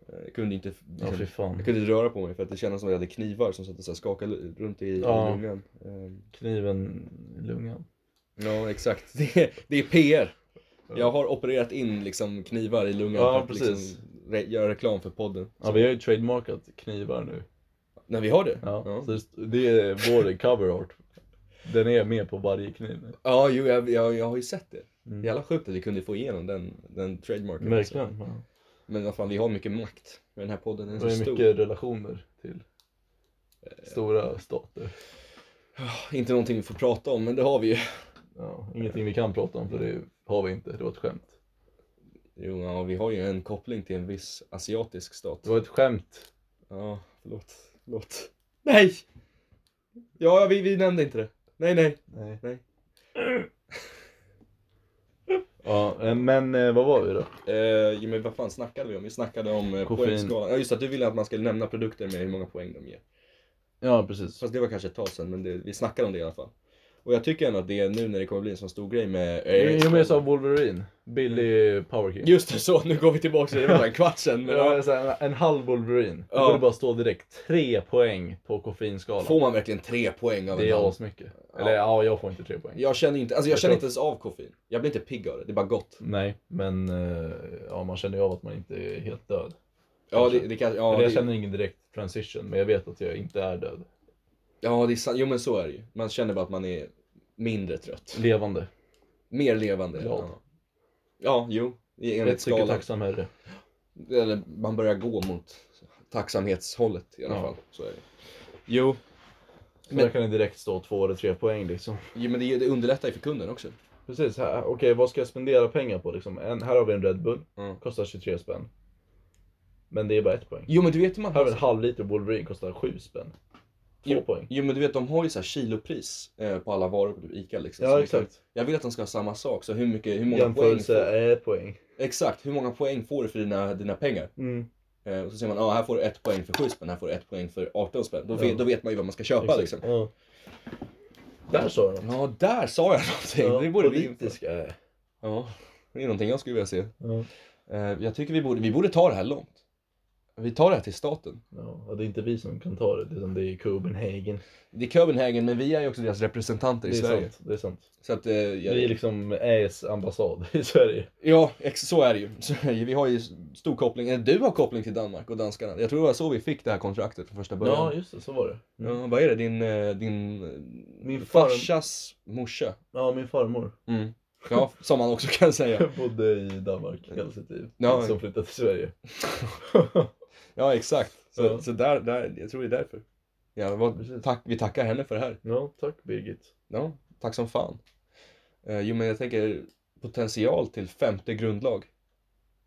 S2: Eh, Jag kunde inte,
S1: ja fy
S2: liksom,
S1: fan.
S2: jag kunde inte röra på mig för att det kändes som att jag hade knivar som satt och så här skakade lu- runt i i
S1: Ja.
S2: lungan. Ehm,
S1: Kniven i lungan.
S2: ja, exakt. Det är, det är PR.
S1: Ja.
S2: Jag har opererat in liksom knivar i lungan
S1: Ja,
S2: för att
S1: precis.
S2: liksom, re- göra reklam för podden.
S1: Ja, vi har ju trademarkat knivar nu.
S2: När vi har det?
S1: Ja.
S2: Ja.
S1: Så det- det är vår cover art. Den är med på varje kniv nu.
S2: Ja, jo, jag, jag, jag har ju sett det.
S1: Mm.
S2: Jävla sjukt att vi kunde få igenom den, den trademarken. alltså.
S1: Verkligen. Ja.
S2: Men vad fan, vi har mycket makt med den här podden. Den är
S1: Det
S2: så
S1: är
S2: stor.
S1: mycket relationer till stora stater.
S2: Inte någonting vi får prata om, men det har vi ju.
S1: Ja, ingenting vi kan prata om för det har vi inte. Det var ett skämt.
S2: Jo, ja, vi har ju en koppling till en viss asiatisk stat.
S1: Det var ett skämt.
S2: Ja, förlåt. Förlåt. Nej! Ja, vi, vi nämnde inte det. Nej, nej.
S1: Nej.
S2: Nej.
S1: Ja, eh, men eh, vad var vi då?
S2: Eh, jo, men vad fan snackade vi om? Vi snackade om eh,
S1: Koffein.
S2: poängskalan. Ja, just att du ville att man skulle nämna produkter med hur många poäng de ger.
S1: Ja, precis.
S2: Fast det var kanske ett tag sedan, men det, vi snackade om det i alla fall. Och jag tycker ändå att det är nu när det kommer bli en sån stor grej med...
S1: Eh,
S2: eh,
S1: Jo, men jag sa Wolverine. Billy Power King.
S2: Just det, så nu går vi tillbaka till det, det var en kvart sen. Men,
S1: Ja, så här, en halv Wolverine. Då
S2: Ja.
S1: får det bara stå direkt. Tre poäng på koffeinskalan.
S2: Får man verkligen tre poäng av
S1: Det
S2: en
S1: är
S2: halv?
S1: asmycket. Eller ja, jag får inte tre poäng.
S2: Jag känner inte, alltså jag,
S1: Jag
S2: känner
S1: tror-
S2: inte ens av koffein. Jag blir inte pigg av det, det är bara gott.
S1: Nej, men eh, ja, man känner ju av att man inte är helt död.
S2: Ja, det, det kan, ja,
S1: Eller jag
S2: det,
S1: känner ingen direkt transition, men jag vet att jag inte är död.
S2: ja, det är sant. Jo men så är det ju. Man känner bara att man är mindre trött.
S1: Levande.
S2: Mer levande.
S1: Glad.
S2: Ja, ja jo. i- Enligt
S1: Ett stycke
S2: skalan.
S1: tacksam herre.
S2: Eller man börjar gå mot tacksamhetshållet i alla
S1: Ja.
S2: fall. Så är det. Jo.
S1: Så
S2: Men-
S1: där kan det direkt stå två eller tre poäng liksom.
S2: jo, men det, det underlättar ju för kunden också.
S1: Precis, här- okej vad ska jag spendera pengar på liksom? En, här har vi en Red Bull,
S2: Mm.
S1: kostar 23 spänn. Men det är bara ett poäng.
S2: Jo men du vet hur man
S1: Här har vi en halv liter Wolverine, kostar 7 spänn. Två poäng.
S2: Jo men du vet de har ju så här kilopris eh, på alla varor på typ ICA liksom. Så
S1: Ja
S2: det kan-
S1: exakt.
S2: Jag vill att de ska ha samma sak, så hur, mycket, hur, många, poäng
S1: Jämförelse
S2: får,
S1: är poäng.
S2: exakt, hur många poäng får du för dina, dina pengar?
S1: Mm.
S2: Eh, och så säger man, ja ah, här får du ett poäng för 7 spänn, här får du ett poäng för 18 spänn. Då,
S1: Ja.
S2: vet, då vet man ju vad man ska köpa
S1: Exakt.
S2: liksom.
S1: Ja. Där sa du något.
S2: Ja, där sa jag någonting!
S1: Ja,
S2: det borde vi
S1: politisk är.
S2: Ja, det är någonting jag skulle vilja se.
S1: Ja.
S2: Eh, jag tycker vi borde, vi borde ta det här långt. Vi tar det här till staten.
S1: Ja, och det är inte vi som kan ta det, utan det är Copenhagen.
S2: Det är Copenhagen, men vi är ju också deras representanter i
S1: Det är
S2: Sverige.
S1: sant. Det är sant.
S2: Så att, eh, jag,
S1: Vi är liksom ES ambassad i Sverige.
S2: Ja, ex- så är det ju. Så, vi har ju stor koppling, eller du har koppling till Danmark och danskarna. Jag tror det var så vi fick det här kontraktet från första början.
S1: Ja, just det, så var det. Mm.
S2: Ja, vad är det? Din, eh, din eh,
S1: Min Mm. far-
S2: farsas morsa?
S1: Ja, min farmor.
S2: Ja, som man också kan säga.
S1: Jag bodde i Danmark hela sitt liv.
S2: Ja.
S1: Som flyttade till Sverige.
S2: Ja, exakt. Så,
S1: Ja.
S2: så där, där, jag tror det är därför. Ja, vad,
S1: Precis.
S2: tack, vi tackar henne för det här.
S1: Ja, tack Birgit.
S2: Ja, tack som fan. Eh, jo, men jag tänker potential till femte grundlag.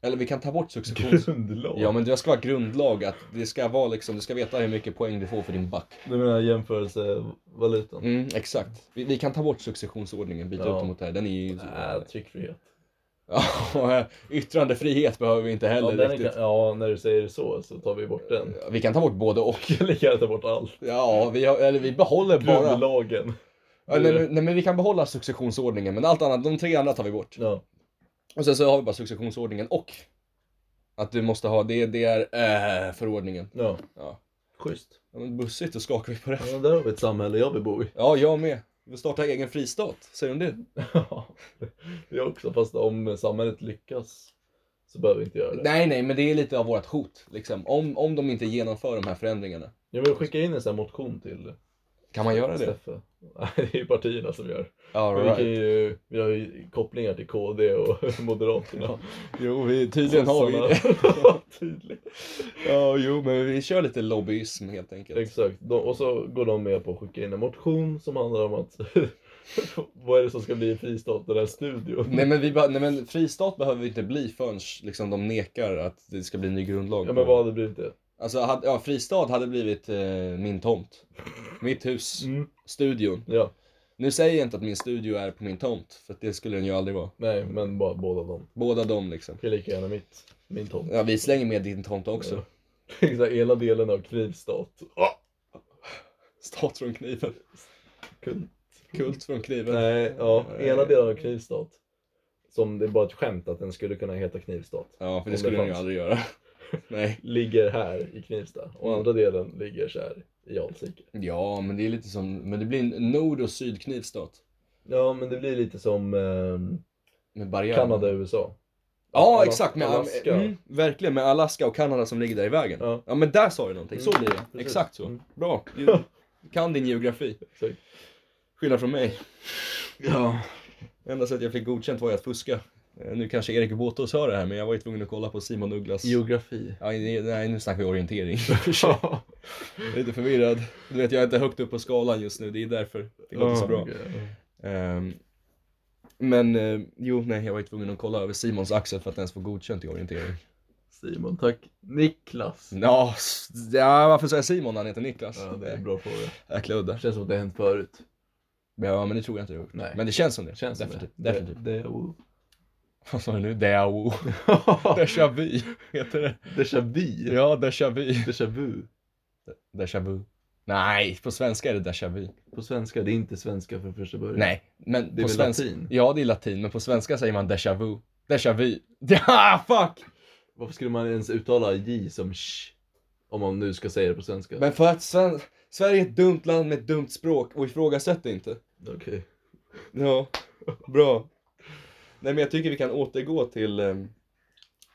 S2: Eller vi kan ta bort successions...
S1: Grundlag.
S2: Ja, men det ska vara grundlag att det ska vara liksom, du ska veta hur mycket poäng du får för din back.
S1: Du menar jämförelsevalutan?
S2: Mm, exakt. Vi, vi kan ta bort successionsordningen, byta
S1: Ja.
S2: ut den mot det här. Den är ju...
S1: Nej, tryckfrihet.
S2: Ja, yttrandefrihet behöver vi inte
S1: Äh. Ja,
S2: heller
S1: den
S2: riktigt.
S1: kan, ja, när du säger det så så tar vi bort den.
S2: Vi kan ta bort både och.
S1: Vi kan lika gärna ta bort allt.
S2: Ja, vi, har, eller vi behåller bara...
S1: Grundlagen.
S2: Ja, nej, men- nej, men vi kan behålla successionsordningen, men allt annat, de tre andra tar vi bort.
S1: Ja.
S2: Och sen så har vi bara successionsordningen och att du måste ha, det, det är äh, förordningen.
S1: ja.
S2: Ja.
S1: Schysst.
S2: ja men bussigt, då skakar vi på det.
S1: Ja, där har vi ett samhälle jag vill bo i.
S2: Ja, jag med. Vi startar egen fristat, säger du om det?
S1: Ja, det är också. Fast om samhället lyckas så behöver vi inte göra det.
S2: Nej, nej, men det är lite av vårt hot. Liksom. Om, om de inte genomför de här förändringarna.
S1: Jag vill skicka in en sån här motion till
S2: Kan man göra det?
S1: Steffe. Nej, det är ju partierna som gör.
S2: All
S1: Men Vi, kan
S2: right.
S1: ju, vi har ju kopplingar till KD och Moderaterna.
S2: Jo, vi, tydligen har vi det.
S1: Sossarna. Tydligt.
S2: Ja, jo, men vi kör lite lobbyism helt enkelt.
S1: Exakt. De, och så går de med på att skicka in en motion som handlar om att vad är det som ska bli i fristat, den här studion?
S2: Nej men, vi, beh- nej men fristat behöver vi inte bli förrän liksom, de nekar att det ska bli ny grundlag.
S1: Ja men vad hade det blivit det?
S2: Alltså, hade, ja, fristad hade blivit eh, min tomt. Mitt hus.
S1: Mm.
S2: Studion.
S1: Ja,
S2: Nu säger jag inte att min studio är på min tomt, för att det skulle den ju aldrig vara.
S1: nej men bara båda dem.
S2: Båda de liksom.
S1: Det är lika gärna mitt, min tomt.
S2: Ja, vi slänger med din tomt också.
S1: Ja. Exakt, ena delen av knivstat. Ah!
S2: Stat från kniven.
S1: Kul.
S2: Kult från kniven.
S1: Nej, ja, ena delen av knivstat. Som det är bara ett skämt att den skulle kunna heta knivstat.
S2: Ja, för
S1: Om
S2: det
S1: det
S2: skulle den ju
S1: fanns.
S2: aldrig göra. Nej.
S1: Ligger här i Knivsta och andra delen ligger så här i Alsike.
S2: Ja, men det är lite som, men det blir en nord och sydknivstat.
S1: Ja men det blir lite som ehm,
S2: Med barriär.
S1: Kanada och USA.
S2: Ja,
S1: Alas-
S2: exakt. Med
S1: Alaska.
S2: Mm, verkligen, med Alaska och Kanada som ligger där i vägen. Ja,
S1: Ja.
S2: men där sa du någonting. Så
S1: Mm,
S2: blir det.
S1: precis.
S2: Exakt så.
S1: Mm.
S2: Bra. Du kan din geografi.
S1: Exakt.
S2: Skillnad från mig. Ja. Enda sättet jag fick godkänt var ju att fuska. Eh, Nu kanske Erik Båtås hör det här, men jag var ju tvungen att kolla på Simon Ugglas.
S1: Geografi.
S2: Ja, nej, nej, nu snackar vi orientering.
S1: Ja.
S2: Jag är lite förvirrad. Du vet, jag är inte högt upp på skalan just nu, det är därför. Det går inte så bra. Ehm, men, eh, jo, nej, jag var ju tvungen att kolla över Simons axel för att ens få godkänt i orientering.
S1: Simon, tack. Niklas.
S2: Ja, s- ja varför säger jag Simon när han heter Niklas?
S1: Ja, det är en bra fråga.
S2: Jäkla udda.
S1: Det känns som att det har hänt förut.
S2: Ja, men det tror jag inte det gjort.
S1: Nej.
S2: Men det känns som det.
S1: Känns
S2: definitivt.
S1: som det.
S2: definitivt.
S1: Det, det, oh.
S2: Vad sa du nu? Dao. Deja vu heter det.
S1: Déjà vu.
S2: Ja, deja vu.
S1: Déjà vu.
S2: Deja vu. Nej, på svenska är det deja vu.
S1: På svenska, det är inte svenska från första början.
S2: Nej, men
S1: Det är
S2: på
S1: väl
S2: svenska.
S1: latin?
S2: Ja, det är latin, men på svenska säger man deja vu. Deja vu. Ja, fuck!
S1: Varför skulle man ens uttala j som sh? Om man nu ska säga det på svenska.
S2: Men för att Sven... Sverige är ett dumt land med ett dumt språk och ifrågasätt det inte.
S1: Okej.
S2: Ja, bra. Nej, men jag tycker vi kan återgå till eh,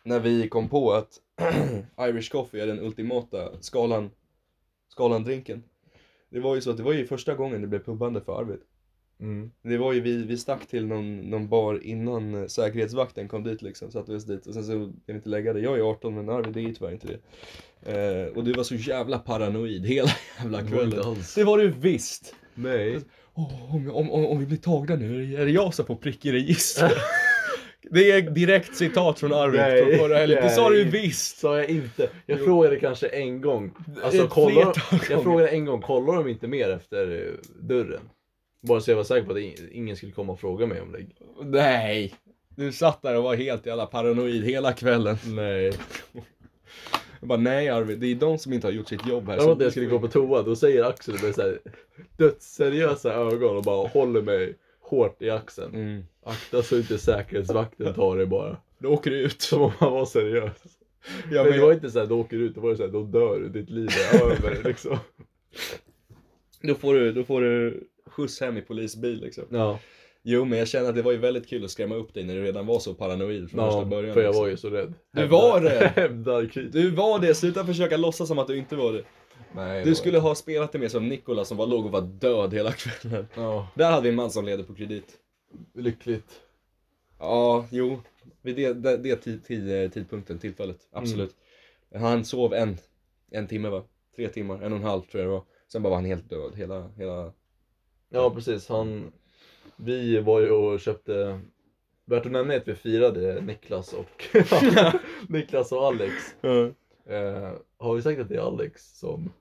S2: när vi kom på att Irish coffee är den ultimata skalan, skalan-drinken. Det var ju så att det var ju första gången det blev pubbande för Arvid.
S1: Mm.
S2: Det var ju vi, vi stack till någon, någon bar innan eh, säkerhetsvakten kom dit liksom, satte vi oss dit och sen så kan vi inte lägga det. Jag är 18 men Arvid är tyvärr inte det. Eh, och du var så jävla paranoid hela jävla
S1: Det var inte
S2: kvällen.
S1: alls.
S2: Det var du visst!
S1: Nej.
S2: Åh, om, om, om, om vi blir tagna nu, är det jag som får prick i registret? det är direkt citat från Arvid
S1: Nej,
S2: från förra helgen. Det sa du
S1: nej.
S2: visst!
S1: Sa jag inte. Jag
S2: Jo.
S1: frågade kanske en gång. Alltså,
S2: Ett
S1: kollar,
S2: flertal gånger.
S1: jag frågade en gång, kollar de inte mer efter eh, dörren? Bara så jag var säker på att ing- ingen skulle komma och fråga mig om det.
S2: Nej! Du satt där och var helt jävla paranoid hela kvällen.
S1: Nej.
S2: Jag bara, nej Arvid, det är de som inte har gjort sitt jobb här.
S1: Däremot när jag skulle gå på toa, då säger Axel med så här dödsseriösa ögon och bara håller mig hårt i axeln.
S2: Mm.
S1: Akta så inte säkerhetsvakten tar dig bara.
S2: Då åker du ut.
S1: Som om han var seriös.
S2: Ja,
S1: men
S2: men
S1: det var inte såhär, då åker du ut, då var det såhär, då dör du, ditt liv är över liksom.
S2: Då, får du, då får du skjuts hem i polisbil liksom.
S1: Ja,
S2: Jo, men jag känner att det var ju väldigt kul att skrämma upp dig när du redan var så paranoid från första
S1: ja
S2: början.
S1: för jag
S2: liksom.
S1: var ju så rädd.
S2: Du var rädd.
S1: Hävdar kritik.
S2: Du var det, sluta försöka låtsas som att du inte var det.
S1: Nej,
S2: Du skulle ha spelat det mer som Nikola som var låg och var död hela kvällen.
S1: Ja,
S2: Där hade vi en man som leder på kredit.
S1: lyckligt.
S2: Ja, jo. Vid det, det, det tid, tid, tidpunkten, tillfället. Absolut. Han sov en, en timme va? Tre timmar, en och en halv tror jag det var. Sen bara var han helt död hela, hela...
S1: Ja precis, han... Vi var ju och köpte... Värt att nämna är att vi firade Niklas och, Niklas och Alex. Eh, har vi sagt att det är Alex som...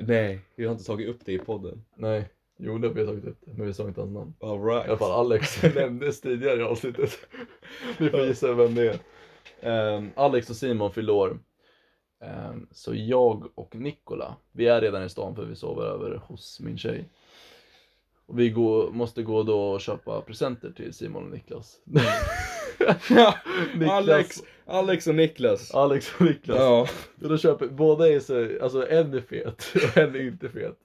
S2: Nej, vi har inte tagit upp det i podden.
S1: Nej, jo det har vi tagit upp det, men vi sa inte hans namn.
S2: Alright.
S1: I alla fall Alex nämndes tidigare i avsnittet. Ni får gissa vem det är. Ehm, Alex och Simon fyllde år. Ehm, så jag och Nikola, vi är redan i stan för vi sover över hos min tjej. Och vi går, måste gå då och köpa presenter till Simon och Niklas. Niklas-
S2: Alex, Alex och Niklas.
S1: Alex och Niklas.
S2: Ja.
S1: Och då köper, båda är så, alltså en är fet och en är inte fet.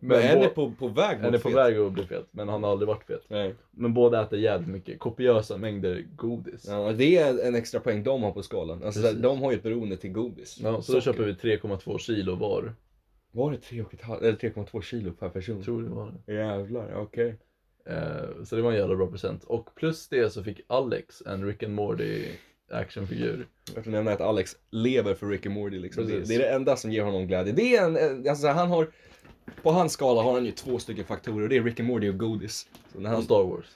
S2: Men en
S1: bå-
S2: är på, på väg mot
S1: en är på
S2: fet.
S1: väg att bli fet, men han har aldrig varit fet.
S2: Nej.
S1: Men båda äter jävligt mycket, kopiösa mängder godis.
S2: Ja, och det är en extra poäng de har på skalan. Alltså,
S1: Precis.
S2: de har ju ett beroende till godis.
S1: Ja, så då
S2: Socker.
S1: köper vi 3,2 kilo var.
S2: Var det 3,5 eller 3,2 kilo per person?
S1: Jag tror det var det.
S2: Jävlar, okej.
S1: Eh, så det var en jävla bra present. Och plus det så fick Alex en Rick and Morty actionfigur.
S2: Jag får nämna att Alex lever för Rick and Morty liksom. Det,
S1: Precis.
S2: det är det enda som ger honom glädje. Det är en, en- alltså han har, på hans skala har han ju två stycken faktorer och det är Rick and Morty och godis. Så när han,
S1: Och Star Wars.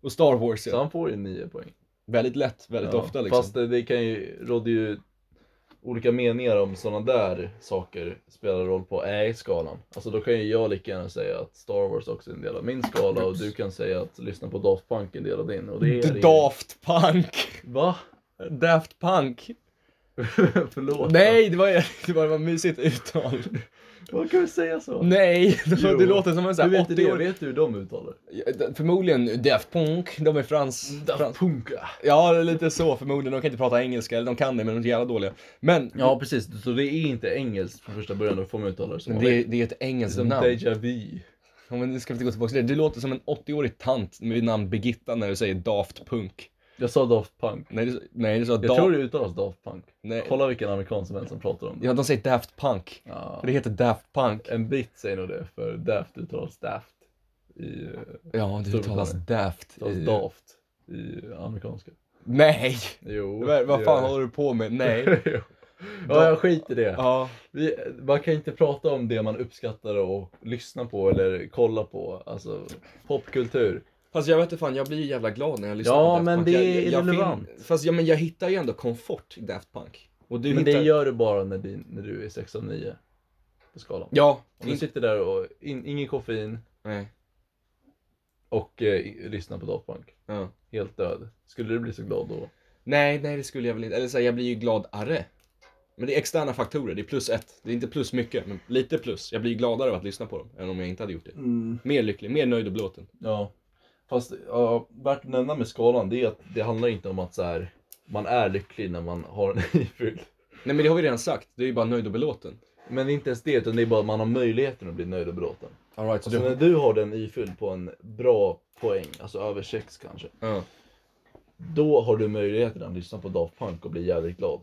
S2: och Star Wars
S1: Så
S2: ja.
S1: han får ju 9 poäng.
S2: Väldigt lätt, väldigt
S1: Ja,
S2: ofta liksom.
S1: Fast det, det kan ju, rådde ju olika meningar om sådana där saker spelar roll på ä-skalan. Alltså då kan ju jag lika gärna säga att Star Wars också är en del av min skala och du kan säga att lyssna på Daft Punk är en del av din. Och det är
S2: D- Daft Punk!
S1: Va?
S2: Daft Punk!
S1: Förlåt.
S2: Nej, det var, det var, det var mysigt uttal.
S1: Vad kan vi säga så?
S2: Nej, det,
S1: Jo.
S2: det låter som en
S1: Du
S2: sån här
S1: vet, det,
S2: 80-årig...
S1: vet du hur de uttalar
S2: Förmodligen Daft Punk, de är frans... frans.
S1: Daft Punka.
S2: Ja, det är lite så förmodligen. De kan inte prata engelska, eller de kan det men de är så jävla dåliga. Men
S1: Ja precis, så det är inte engelskt från första början, då får man uttala det som man
S2: det,
S1: vill.
S2: det är ett engelskt
S1: Som
S2: namn.
S1: Deja vu.
S2: Ja, men nu ska vi inte gå tillbaka till det. Du låter som en 80-årig tant med namn Birgitta när du säger Daft Punk.
S1: Jag sa Daft Punk.
S2: Nej, du, nej, du sa
S1: Jag
S2: Daft...
S1: tror det uttalas Daft Punk.
S2: Nej.
S1: Kolla vilken amerikan som helst som pratar om det.
S2: Ja, de säger Daft Punk.
S1: Ja.
S2: För det heter Daft Punk.
S1: En britt säger nog det, för Daft uttalas Daft. I, eh,
S2: Ja, det uttalas Daft.
S1: uttalas
S2: i-
S1: Daft i amerikanska.
S2: Nej!
S1: Jo.
S2: Vad, vad fan
S1: det-
S2: håller du på med? Nej.
S1: Jo. ja, jag skiter i det.
S2: Ja.
S1: Vi, man kan inte prata om det man uppskattar och lyssna på eller kolla på. Alltså, popkultur.
S2: Fast jag vet inte fan, jag blir ju jävla glad när jag lyssnar
S1: Ja,
S2: på Daft
S1: men
S2: Punk.
S1: det
S2: jag,
S1: är
S2: jag,
S1: irrelevant.
S2: Fin... Fast ja, men jag hittar ju ändå komfort i Daft Punk. Och du
S1: Men
S2: hittar...
S1: det gör du bara när, din, när du är 6 av 9 på skalan.
S2: Ja.
S1: Om du
S2: In...
S1: sitter där och in, ingen koffein
S2: Nej.
S1: och eh, i- lyssnar på Daft Punk.
S2: Ja.
S1: Helt död. Skulle du bli så glad då?
S2: Nej, nej det skulle jag väl inte. Eller så här, jag blir ju gladare. Men det är externa faktorer, det är plus ett. Det är inte plus mycket, men lite plus. Jag blir gladare av att lyssna på dem, än om jag inte hade gjort det. Mer lycklig, mer nöjd och belåten.
S1: Ja. Fast ja, värt att nämna med skalan det är att det handlar inte om att så här, man är lycklig när man har en ifylld.
S2: Nej men det har vi redan sagt, det är ju bara nöjd och belåten.
S1: Men inte ens det, utan det är bara att man har möjligheten att bli nöjd och belåten.
S2: Alright, så
S1: Alltså när du har den ifylld på en bra poäng, alltså över 6 kanske.
S2: Ja.
S1: Då har du möjligheten att lyssna på Daft Punk och bli jävligt glad.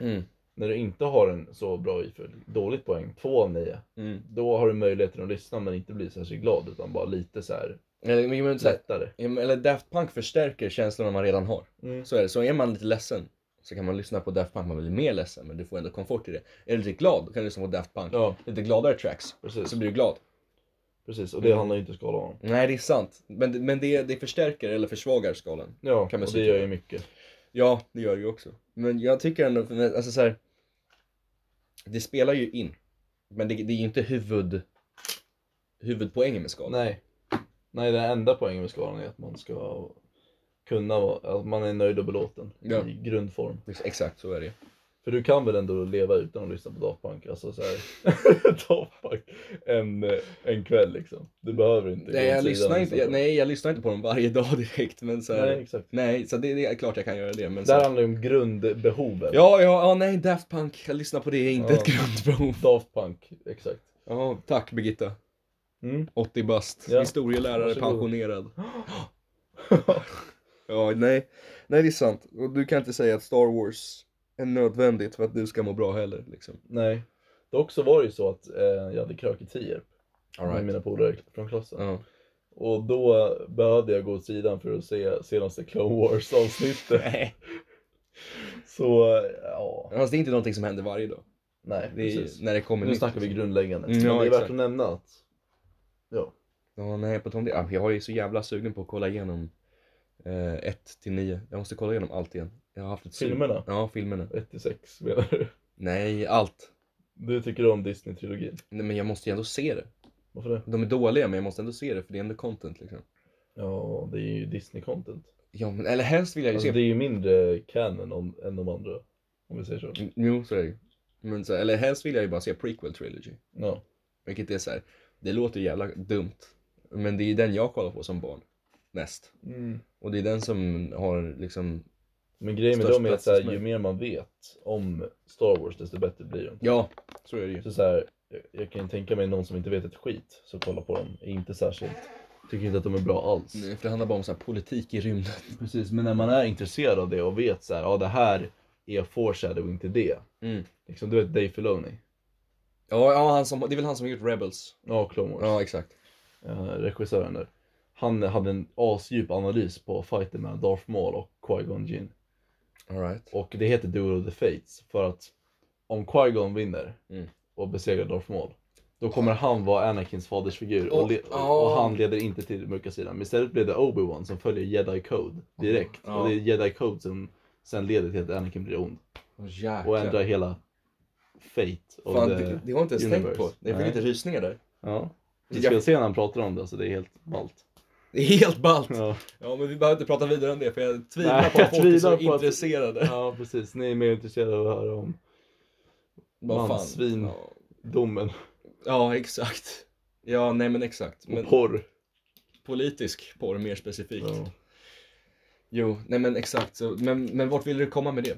S2: Mm.
S1: När du inte har en så bra ifylld, dåligt poäng, 2 av 9.
S2: Mm.
S1: Då har du möjligheten att lyssna men inte bli särskilt glad utan bara lite så här
S2: Eller, men, men, så här,
S1: lättare.
S2: ja, men- eller Daft Punk förstärker känslorna man redan har.
S1: Mm.
S2: Så är det, så är man lite ledsen så kan man lyssna på Daft Punk, man blir mer ledsen men du får ändå komfort i det. Är du lite glad, då kan du lyssna på Daft Punk.
S1: Ja,
S2: Lite Alltså- Mm. gladare tracks,
S1: precis.
S2: så blir du glad.
S1: precis. Och det handlar ju inte skalan om.
S2: Nej, det är sant. Men, det- men det, det förstärker eller försvagar skalan.
S1: Ja,
S2: Kan man
S1: och det
S2: säga.
S1: gör ju mycket.
S2: Ja, det gör det ju också. Men jag tycker ändå, men alltså så här, Det spelar ju in. Men det, det är ju inte huvud, huvudpoängen med skalan.
S1: Nej. Nej, den enda poängen med skalan är att man ska kunna vara, att man är nöjd och belåten
S2: Ja.
S1: i grundform.
S2: Ex- Exakt, så är det
S1: För du kan väl ändå leva utan att lyssna på Daft Punk? Alltså såhär, Daft Punk en, eh, en kväll liksom. Du behöver inte
S2: Nej,
S1: gå
S2: jag
S1: åt sidan
S2: lyssnar
S1: och
S2: inte,
S1: lyssna
S2: jag,
S1: på-
S2: nej, jag lyssnar inte på dem varje dag direkt. Men så här,
S1: nej,
S2: nej.
S1: exakt.
S2: så det, det är klart jag kan göra det. Men så
S1: Där
S2: här,
S1: handlar det om grundbehovet.
S2: ja, ja, ja, nej, Daft Punk, jag lyssnar på det, är inte
S1: Ja.
S2: ett grundbehov.
S1: Daft Punk, exakt.
S2: Ja, tack Birgitta.
S1: Mm.
S2: 80 bast,
S1: Ja.
S2: historielärare,
S1: Varsågod.
S2: pensionerad. Ja, nej. Nej, det är sant. Och du kan inte säga att Star Wars är nödvändigt för att du ska må bra heller. Liksom.
S1: nej. Dock så var det ju så att eh, jag hade krök i Tierp med mina polare från klassen.
S2: Ja.
S1: Och då behövde jag gå åt sidan för att se senaste Clone Wars avsnittet.
S2: Nej.
S1: Så eh, ja,
S2: Fast det är inte någonting som händer varje dag.
S1: nej
S2: Det är ju
S1: precis.
S2: när det kommer liksom.
S1: Nu snackar vi grundläggande.
S2: Ja,
S1: Men det är värt
S2: exakt.
S1: att nämna att ja,
S2: Ja, nej, på tal om det. ah, Jag har ju så jävla sugen på att kolla igenom 1 till 9. Jag måste kolla igenom allt igen. Jag har haft ett sug-
S1: filmerna
S2: Ja, filmerna.
S1: 1 till 6 menar du?
S2: Nej, allt.
S1: Du tycker om Disney-trilogin?
S2: Nej, men jag måste ju ändå se det.
S1: Varför det?
S2: De är dåliga, men jag måste ändå se det för det är ändå content liksom.
S1: Ja, det är ju Disney-content.
S2: Ja, men eller helst vill jag ju
S1: Alltså,
S2: se
S1: det är ju mindre canon om, än de andra. Om vi säger så.
S2: Mm, Jo, så är det ju. Men så, eller helst vill jag ju bara se prequel trilogy.
S1: Ja.
S2: Vilket är så här, det låter ju jävla dumt. Men det är ju den jag kollar på som barn. Mest. Och det är den som har liksom,
S1: Men grejen med
S2: Störst
S1: dem är att
S2: plats
S1: så här,
S2: hos mig.
S1: ju mer man vet om Star Wars desto bättre blir de.
S2: ja, så är det ju.
S1: Så, så här, jag, jag kan ju tänka mig någon som inte vet ett skit som kollar på dem. Är inte särskilt. Tycker inte att de är bra alls.
S2: Nej, För det handlar bara om så här politik i rymden.
S1: Precis, men när man är intresserad av det och vet så här, ja det här är foreshadowing inte det.
S2: Mm.
S1: Liksom, du vet Dave Filoni?
S2: Ja, ja han som, det är väl han som har gjort Rebels.
S1: Ja, Clone Wars.
S2: Ja, exakt.
S1: Eh, regissören där. Han hade en asdjup analys på fighten mellan Darth Maul och Qui-Gon Jinn.
S2: Alright.
S1: Och det heter Duel of the Fates för att om Qui-Gon vinner
S2: Mm.
S1: och besegrar Darth Maul då kommer han vara Anakins fadersfigur och,
S2: Och-
S1: le-
S2: ah.
S1: och han leder inte till den mörka sidan. Men istället blev det Obi-Wan som följer Jedi Code direkt.
S2: Mm. Ja.
S1: Och det är Jedi Code som sen leder till att Anakin blir ond
S2: Åh
S1: och ändrar
S2: jäklar.
S1: hela Fate. of
S2: Fan,
S1: the-
S2: det, det har jag inte ens tänkt på.
S1: universe.
S2: Jag fick
S1: Nej.
S2: lite rysningar där.
S1: Ja. Du
S2: Jag-
S1: ska se när han pratar om det, så det är helt ballt.
S2: Det är helt ballt.
S1: Ja.
S2: Ja, men vi behöver inte prata vidare om det för jag tvivlar
S1: Nej,
S2: på att
S1: jag
S2: folk är
S1: tvivlar
S2: så
S1: på att-
S2: intresserade.
S1: Ja precis, ni är mer intresserade av att höra om
S2: Vad fan.
S1: Mansvin.
S2: Ja.
S1: domen
S2: Ja, exakt. Ja, nej men exakt. Men
S1: och porr.
S2: politisk porr mer specifikt.
S1: Ja.
S2: Jo, nej men exakt. Så, men, men vart vill du komma med det?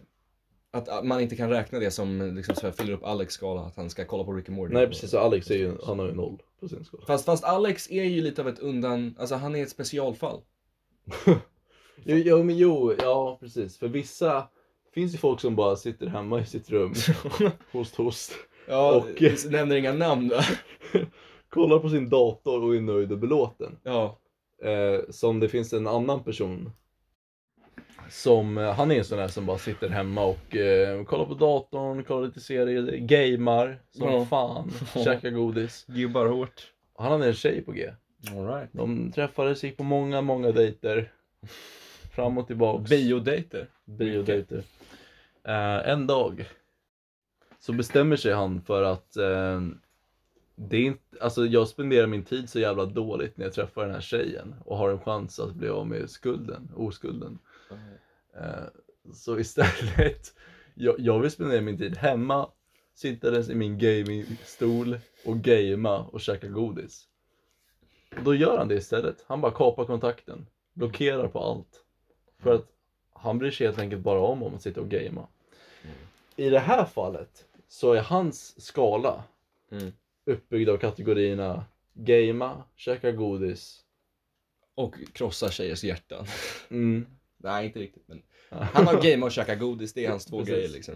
S2: Att, att man inte kan räkna det som liksom så här, fyller upp Alex skala, att han ska kolla på Rick and Morty.
S1: Nej precis, så Alex är ju, han har ju noll på sin skala.
S2: Fast, fast Alex är ju lite av ett undan, alltså han är ett specialfall.
S1: Jo, jo, men jo, ja precis. För vissa, finns ju folk som bara sitter hemma i sitt rum, host host,
S2: ja,
S1: Och-
S2: vi nämner inga namn va?
S1: kollar på sin dator och är nöjd och belåten.
S2: Ja,
S1: Eh, som det finns en annan person som, eh, han är en sån där som bara sitter hemma och eh, kollar på datorn, kollar lite serier, gamer som
S2: Ja.
S1: fan, käkar godis.
S2: gubbar hårt.
S1: Och Han hade en tjej på G.
S2: Alright.
S1: De träffades, gick på många, många dejter. Fram och tillbaks.
S2: Biodejter.
S1: Biodejter. Eh, en dag så bestämmer sig han för att eh, det är inte, alltså jag spenderar min tid så jävla dåligt när jag träffar den här tjejen och har en chans att bli av med skulden, oskulden. Eh, så istället, jag, jag vill spendera min tid hemma, sittandes i min gamingstol och gamea och käka godis. Och då gör han det istället. Han bara kapar kontakten, blockerar på allt. För att han bryr sig helt enkelt bara om om att sitta och gamea. I det här fallet så är hans skala
S2: Mm.
S1: uppbyggd av kategorierna gamea, käka godis.
S2: Och krossar tjejers hjärtan.
S1: Mm.
S2: Nej, inte riktigt men. Han har game och käka godis, det är hans två
S1: Precis.
S2: grejer liksom.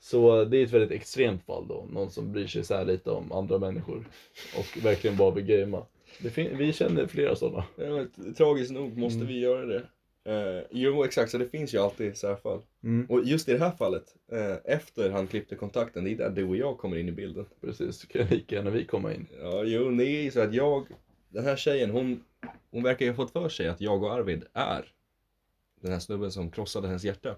S1: Så det är ett väldigt extremt fall då, någon som bryr sig så här lite om andra människor och verkligen bara vill gamea. Det fin- vi känner flera sådana.
S2: Ja, men, tragiskt nog måste
S1: Mm.
S2: vi göra det. Eh, jo exakt, så det finns ju alltid så här fall.
S1: Mm.
S2: Och just i det här fallet, eh, efter han klippte kontakten, det är där du och jag kommer in i bilden.
S1: Precis, så kan lika gärna vi komma in.
S2: Ja, jo det är ju så att jag, den här tjejen, hon, hon verkar ju ha fått för sig att jag och Arvid är den här snubben som krossade hennes hjärta.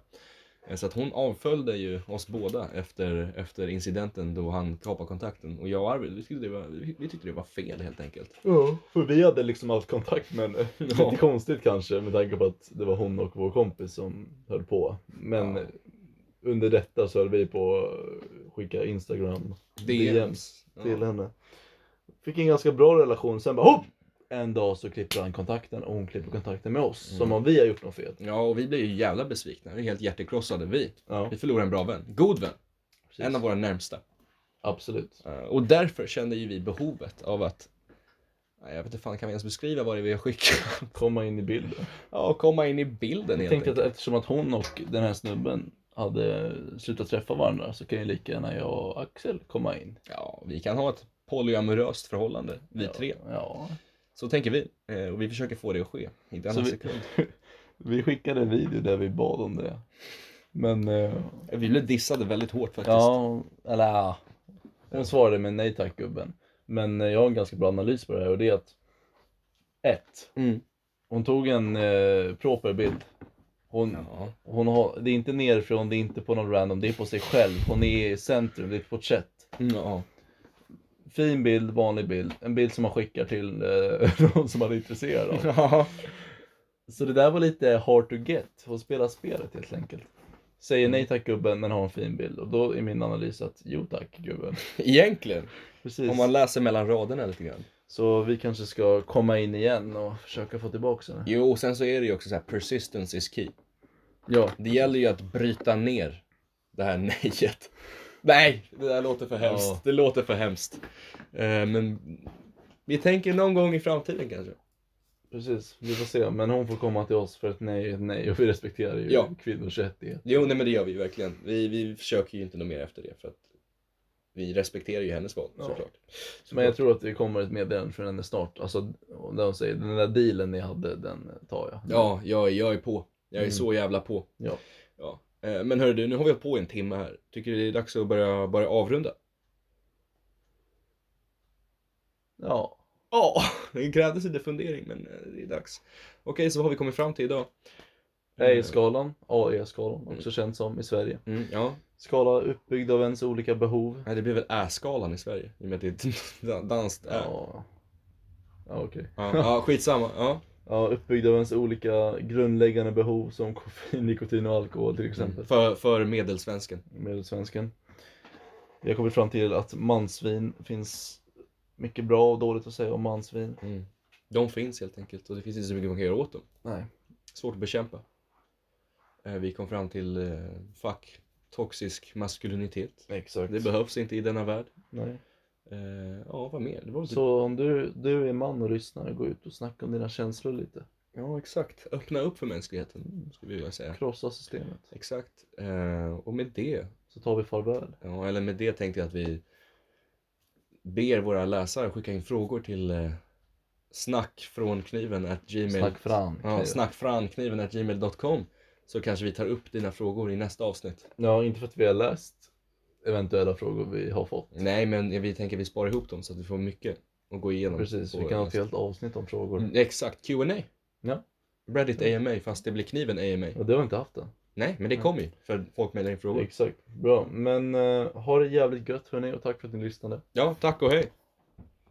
S2: Eh, Så att hon avföljde ju oss båda efter, efter incidenten då han kapade kontakten. Och jag och Arvid, vi tyckte det var, vi, vi tyckte det var fel helt enkelt.
S1: Ja, för vi hade liksom haft kontakt med henne.
S2: Ja.
S1: Lite konstigt kanske med tanke på att det var hon och vår kompis som höll på. Men
S2: Ja.
S1: under detta så höll vi på att skicka Instagram DMs till
S2: Ja.
S1: henne. Fick en ganska bra relation, sen bara hopp! En dag så klipper han kontakten och hon klipper kontakten med oss. Som
S2: Mm.
S1: om vi har gjort något fel.
S2: ja, och vi blev ju jävla besvikna. Vi är helt hjärtekrossade, vi.
S1: Ja,
S2: Vi förlorade en bra vän. God vän.
S1: precis.
S2: En av våra närmsta.
S1: Absolut.
S2: Eh, Och därför kände ju vi behovet av att Nej, jag vet inte fan, kan vi ens beskriva vad det är vi har skickat?
S1: Komma in i bilden.
S2: Ja, komma in i bilden
S1: Jag
S2: helt
S1: tänkte att
S2: enkelt.
S1: eftersom att hon och den här snubben hade slutat träffa varandra så kan ju lika gärna jag och Axel komma in.
S2: Ja, vi kan ha ett polyamoröst förhållande, vi
S1: ja,
S2: tre.
S1: Ja.
S2: Så tänker vi. eh, Och vi försöker få det att ske. Inte en
S1: Så
S2: vi...
S1: vi-
S2: sekund.
S1: Vi skickade en video där vi bad om det. Men... Eh,
S2: Vi blev dissade väldigt hårt faktiskt.
S1: ja, eller ja. Hon svarade med nej tack gubben. Men eh, jag har en ganska bra analys på det här och det är att... Ett.
S2: Mm.
S1: Hon tog en eh, proper bild. Hon,
S2: ja.
S1: hon har, det är inte nerifrån, det är inte på någon random, det är på sig själv. Hon är i centrum, det är ett porträtt.
S2: Mm, ja.
S1: Fin bild, vanlig bild. En bild som man skickar till eh, någon som man är intresserad av.
S2: Ja.
S1: Så det där var lite hard to get. Hon spelar spelet helt enkelt. Säger
S2: Mm.
S1: nej tack gubben men har en fin bild. Och då är min analys att jo tack gubben.
S2: Egentligen.
S1: Precis.
S2: Om man läser mellan raderna lite grann.
S1: Så vi kanske ska komma in igen och försöka få tillbaka henne.
S2: Jo, och sen så är det ju också så här, persistence is key.
S1: Ja.
S2: Det gäller ju att bryta ner det här nejet. Nej, det där låter för hemskt.
S1: Ja.
S2: Det låter för hemskt. Eh, men vi tänker någon gång i framtiden kanske.
S1: Precis, vi får se. Men hon får komma till oss för ett nej är ett nej och vi respekterar ju
S2: Ja.
S1: kvinnors rättighet.
S2: Jo, nej men det gör vi ju verkligen. Vi, vi försöker ju inte något mer efter det för att vi respekterar ju hennes val
S1: Ja.
S2: såklart.
S1: Men jag tror att det kommer ett meddelande från henne snart. Alltså, där hon säger den där dealen ni hade, den tar jag.
S2: Ja, jag, är- jag är på. Jag är
S1: Mm.
S2: så jävla på.
S1: Ja.
S2: ja. Eh, Men hörru du, nu har vi hållit på i en timme här. Tycker du det är dags att börja, börja avrunda?
S1: Ja.
S2: Ja, det krävdes lite fundering men eh, det är dags. Okej, så vad har vi kommit fram till idag? Eh,
S1: E-skalan, AE-skalan, också känd som i Sverige.
S2: Mm, ja,
S1: Skala uppbyggd av ens olika behov.
S2: Nej, det blir väl Ä-skalan i Sverige i och med att det är ett dan- danskt Ä. Ja,
S1: Ja, ja okej.
S2: ja, skitsamma. Ja.
S1: Ja, uppbyggd av ens olika grundläggande behov som koffein, nikotin och alkohol till exempel.
S2: För, för medelsvensken.
S1: Mm. Medelsvensken. Jag har kommit fram till att mansvin finns mycket bra och dåligt att säga om mansvin.
S2: Mm. De finns helt enkelt och det finns inte så mycket man kan göra åt dem.
S1: Nej.
S2: Svårt att bekämpa. Eh, Vi kom fram till eh, fuck, toxisk maskulinitet.
S1: Exakt.
S2: Det behövs inte i denna värld.
S1: Nej.
S2: Eh, Ja, vad mer? Det var väl typ-
S1: Så om du, du är man och lyssnar, gå ut och snacka om dina känslor lite.
S2: Ja, exakt. Öppna upp för mänskligheten, skulle vi vilja säga.
S1: Krossa systemet.
S2: Exakt. Eh, Och med det
S1: Så tar vi farväl.
S2: Ja, eller med det tänkte jag att vi ber våra läsare skicka in frågor till eh, snackfrånkniven at gmail.
S1: Snack fram.
S2: Ja, snackfrånkniven at gmail.com så kanske vi tar upp dina frågor i nästa avsnitt.
S1: ja, inte för att vi har läst eventuella frågor vi har fått.
S2: Nej, men vi tänker vi sparar ihop dem så att vi får mycket att gå igenom.
S1: Precis,
S2: på
S1: vi kan ha ett
S2: nästa-
S1: helt avsnitt om frågor.
S2: Mm, Exakt, Q&A
S1: Ja.
S2: Reddit AMA, fast det blir kniven AMA.
S1: Och det har vi inte haft än.
S2: Nej, men det kommer ju, för folk mejlar in frågor.
S1: Exakt, bra. Men eh, ha det jävligt gött hörni och tack för att ni lyssnade.
S2: Ja, tack och hej!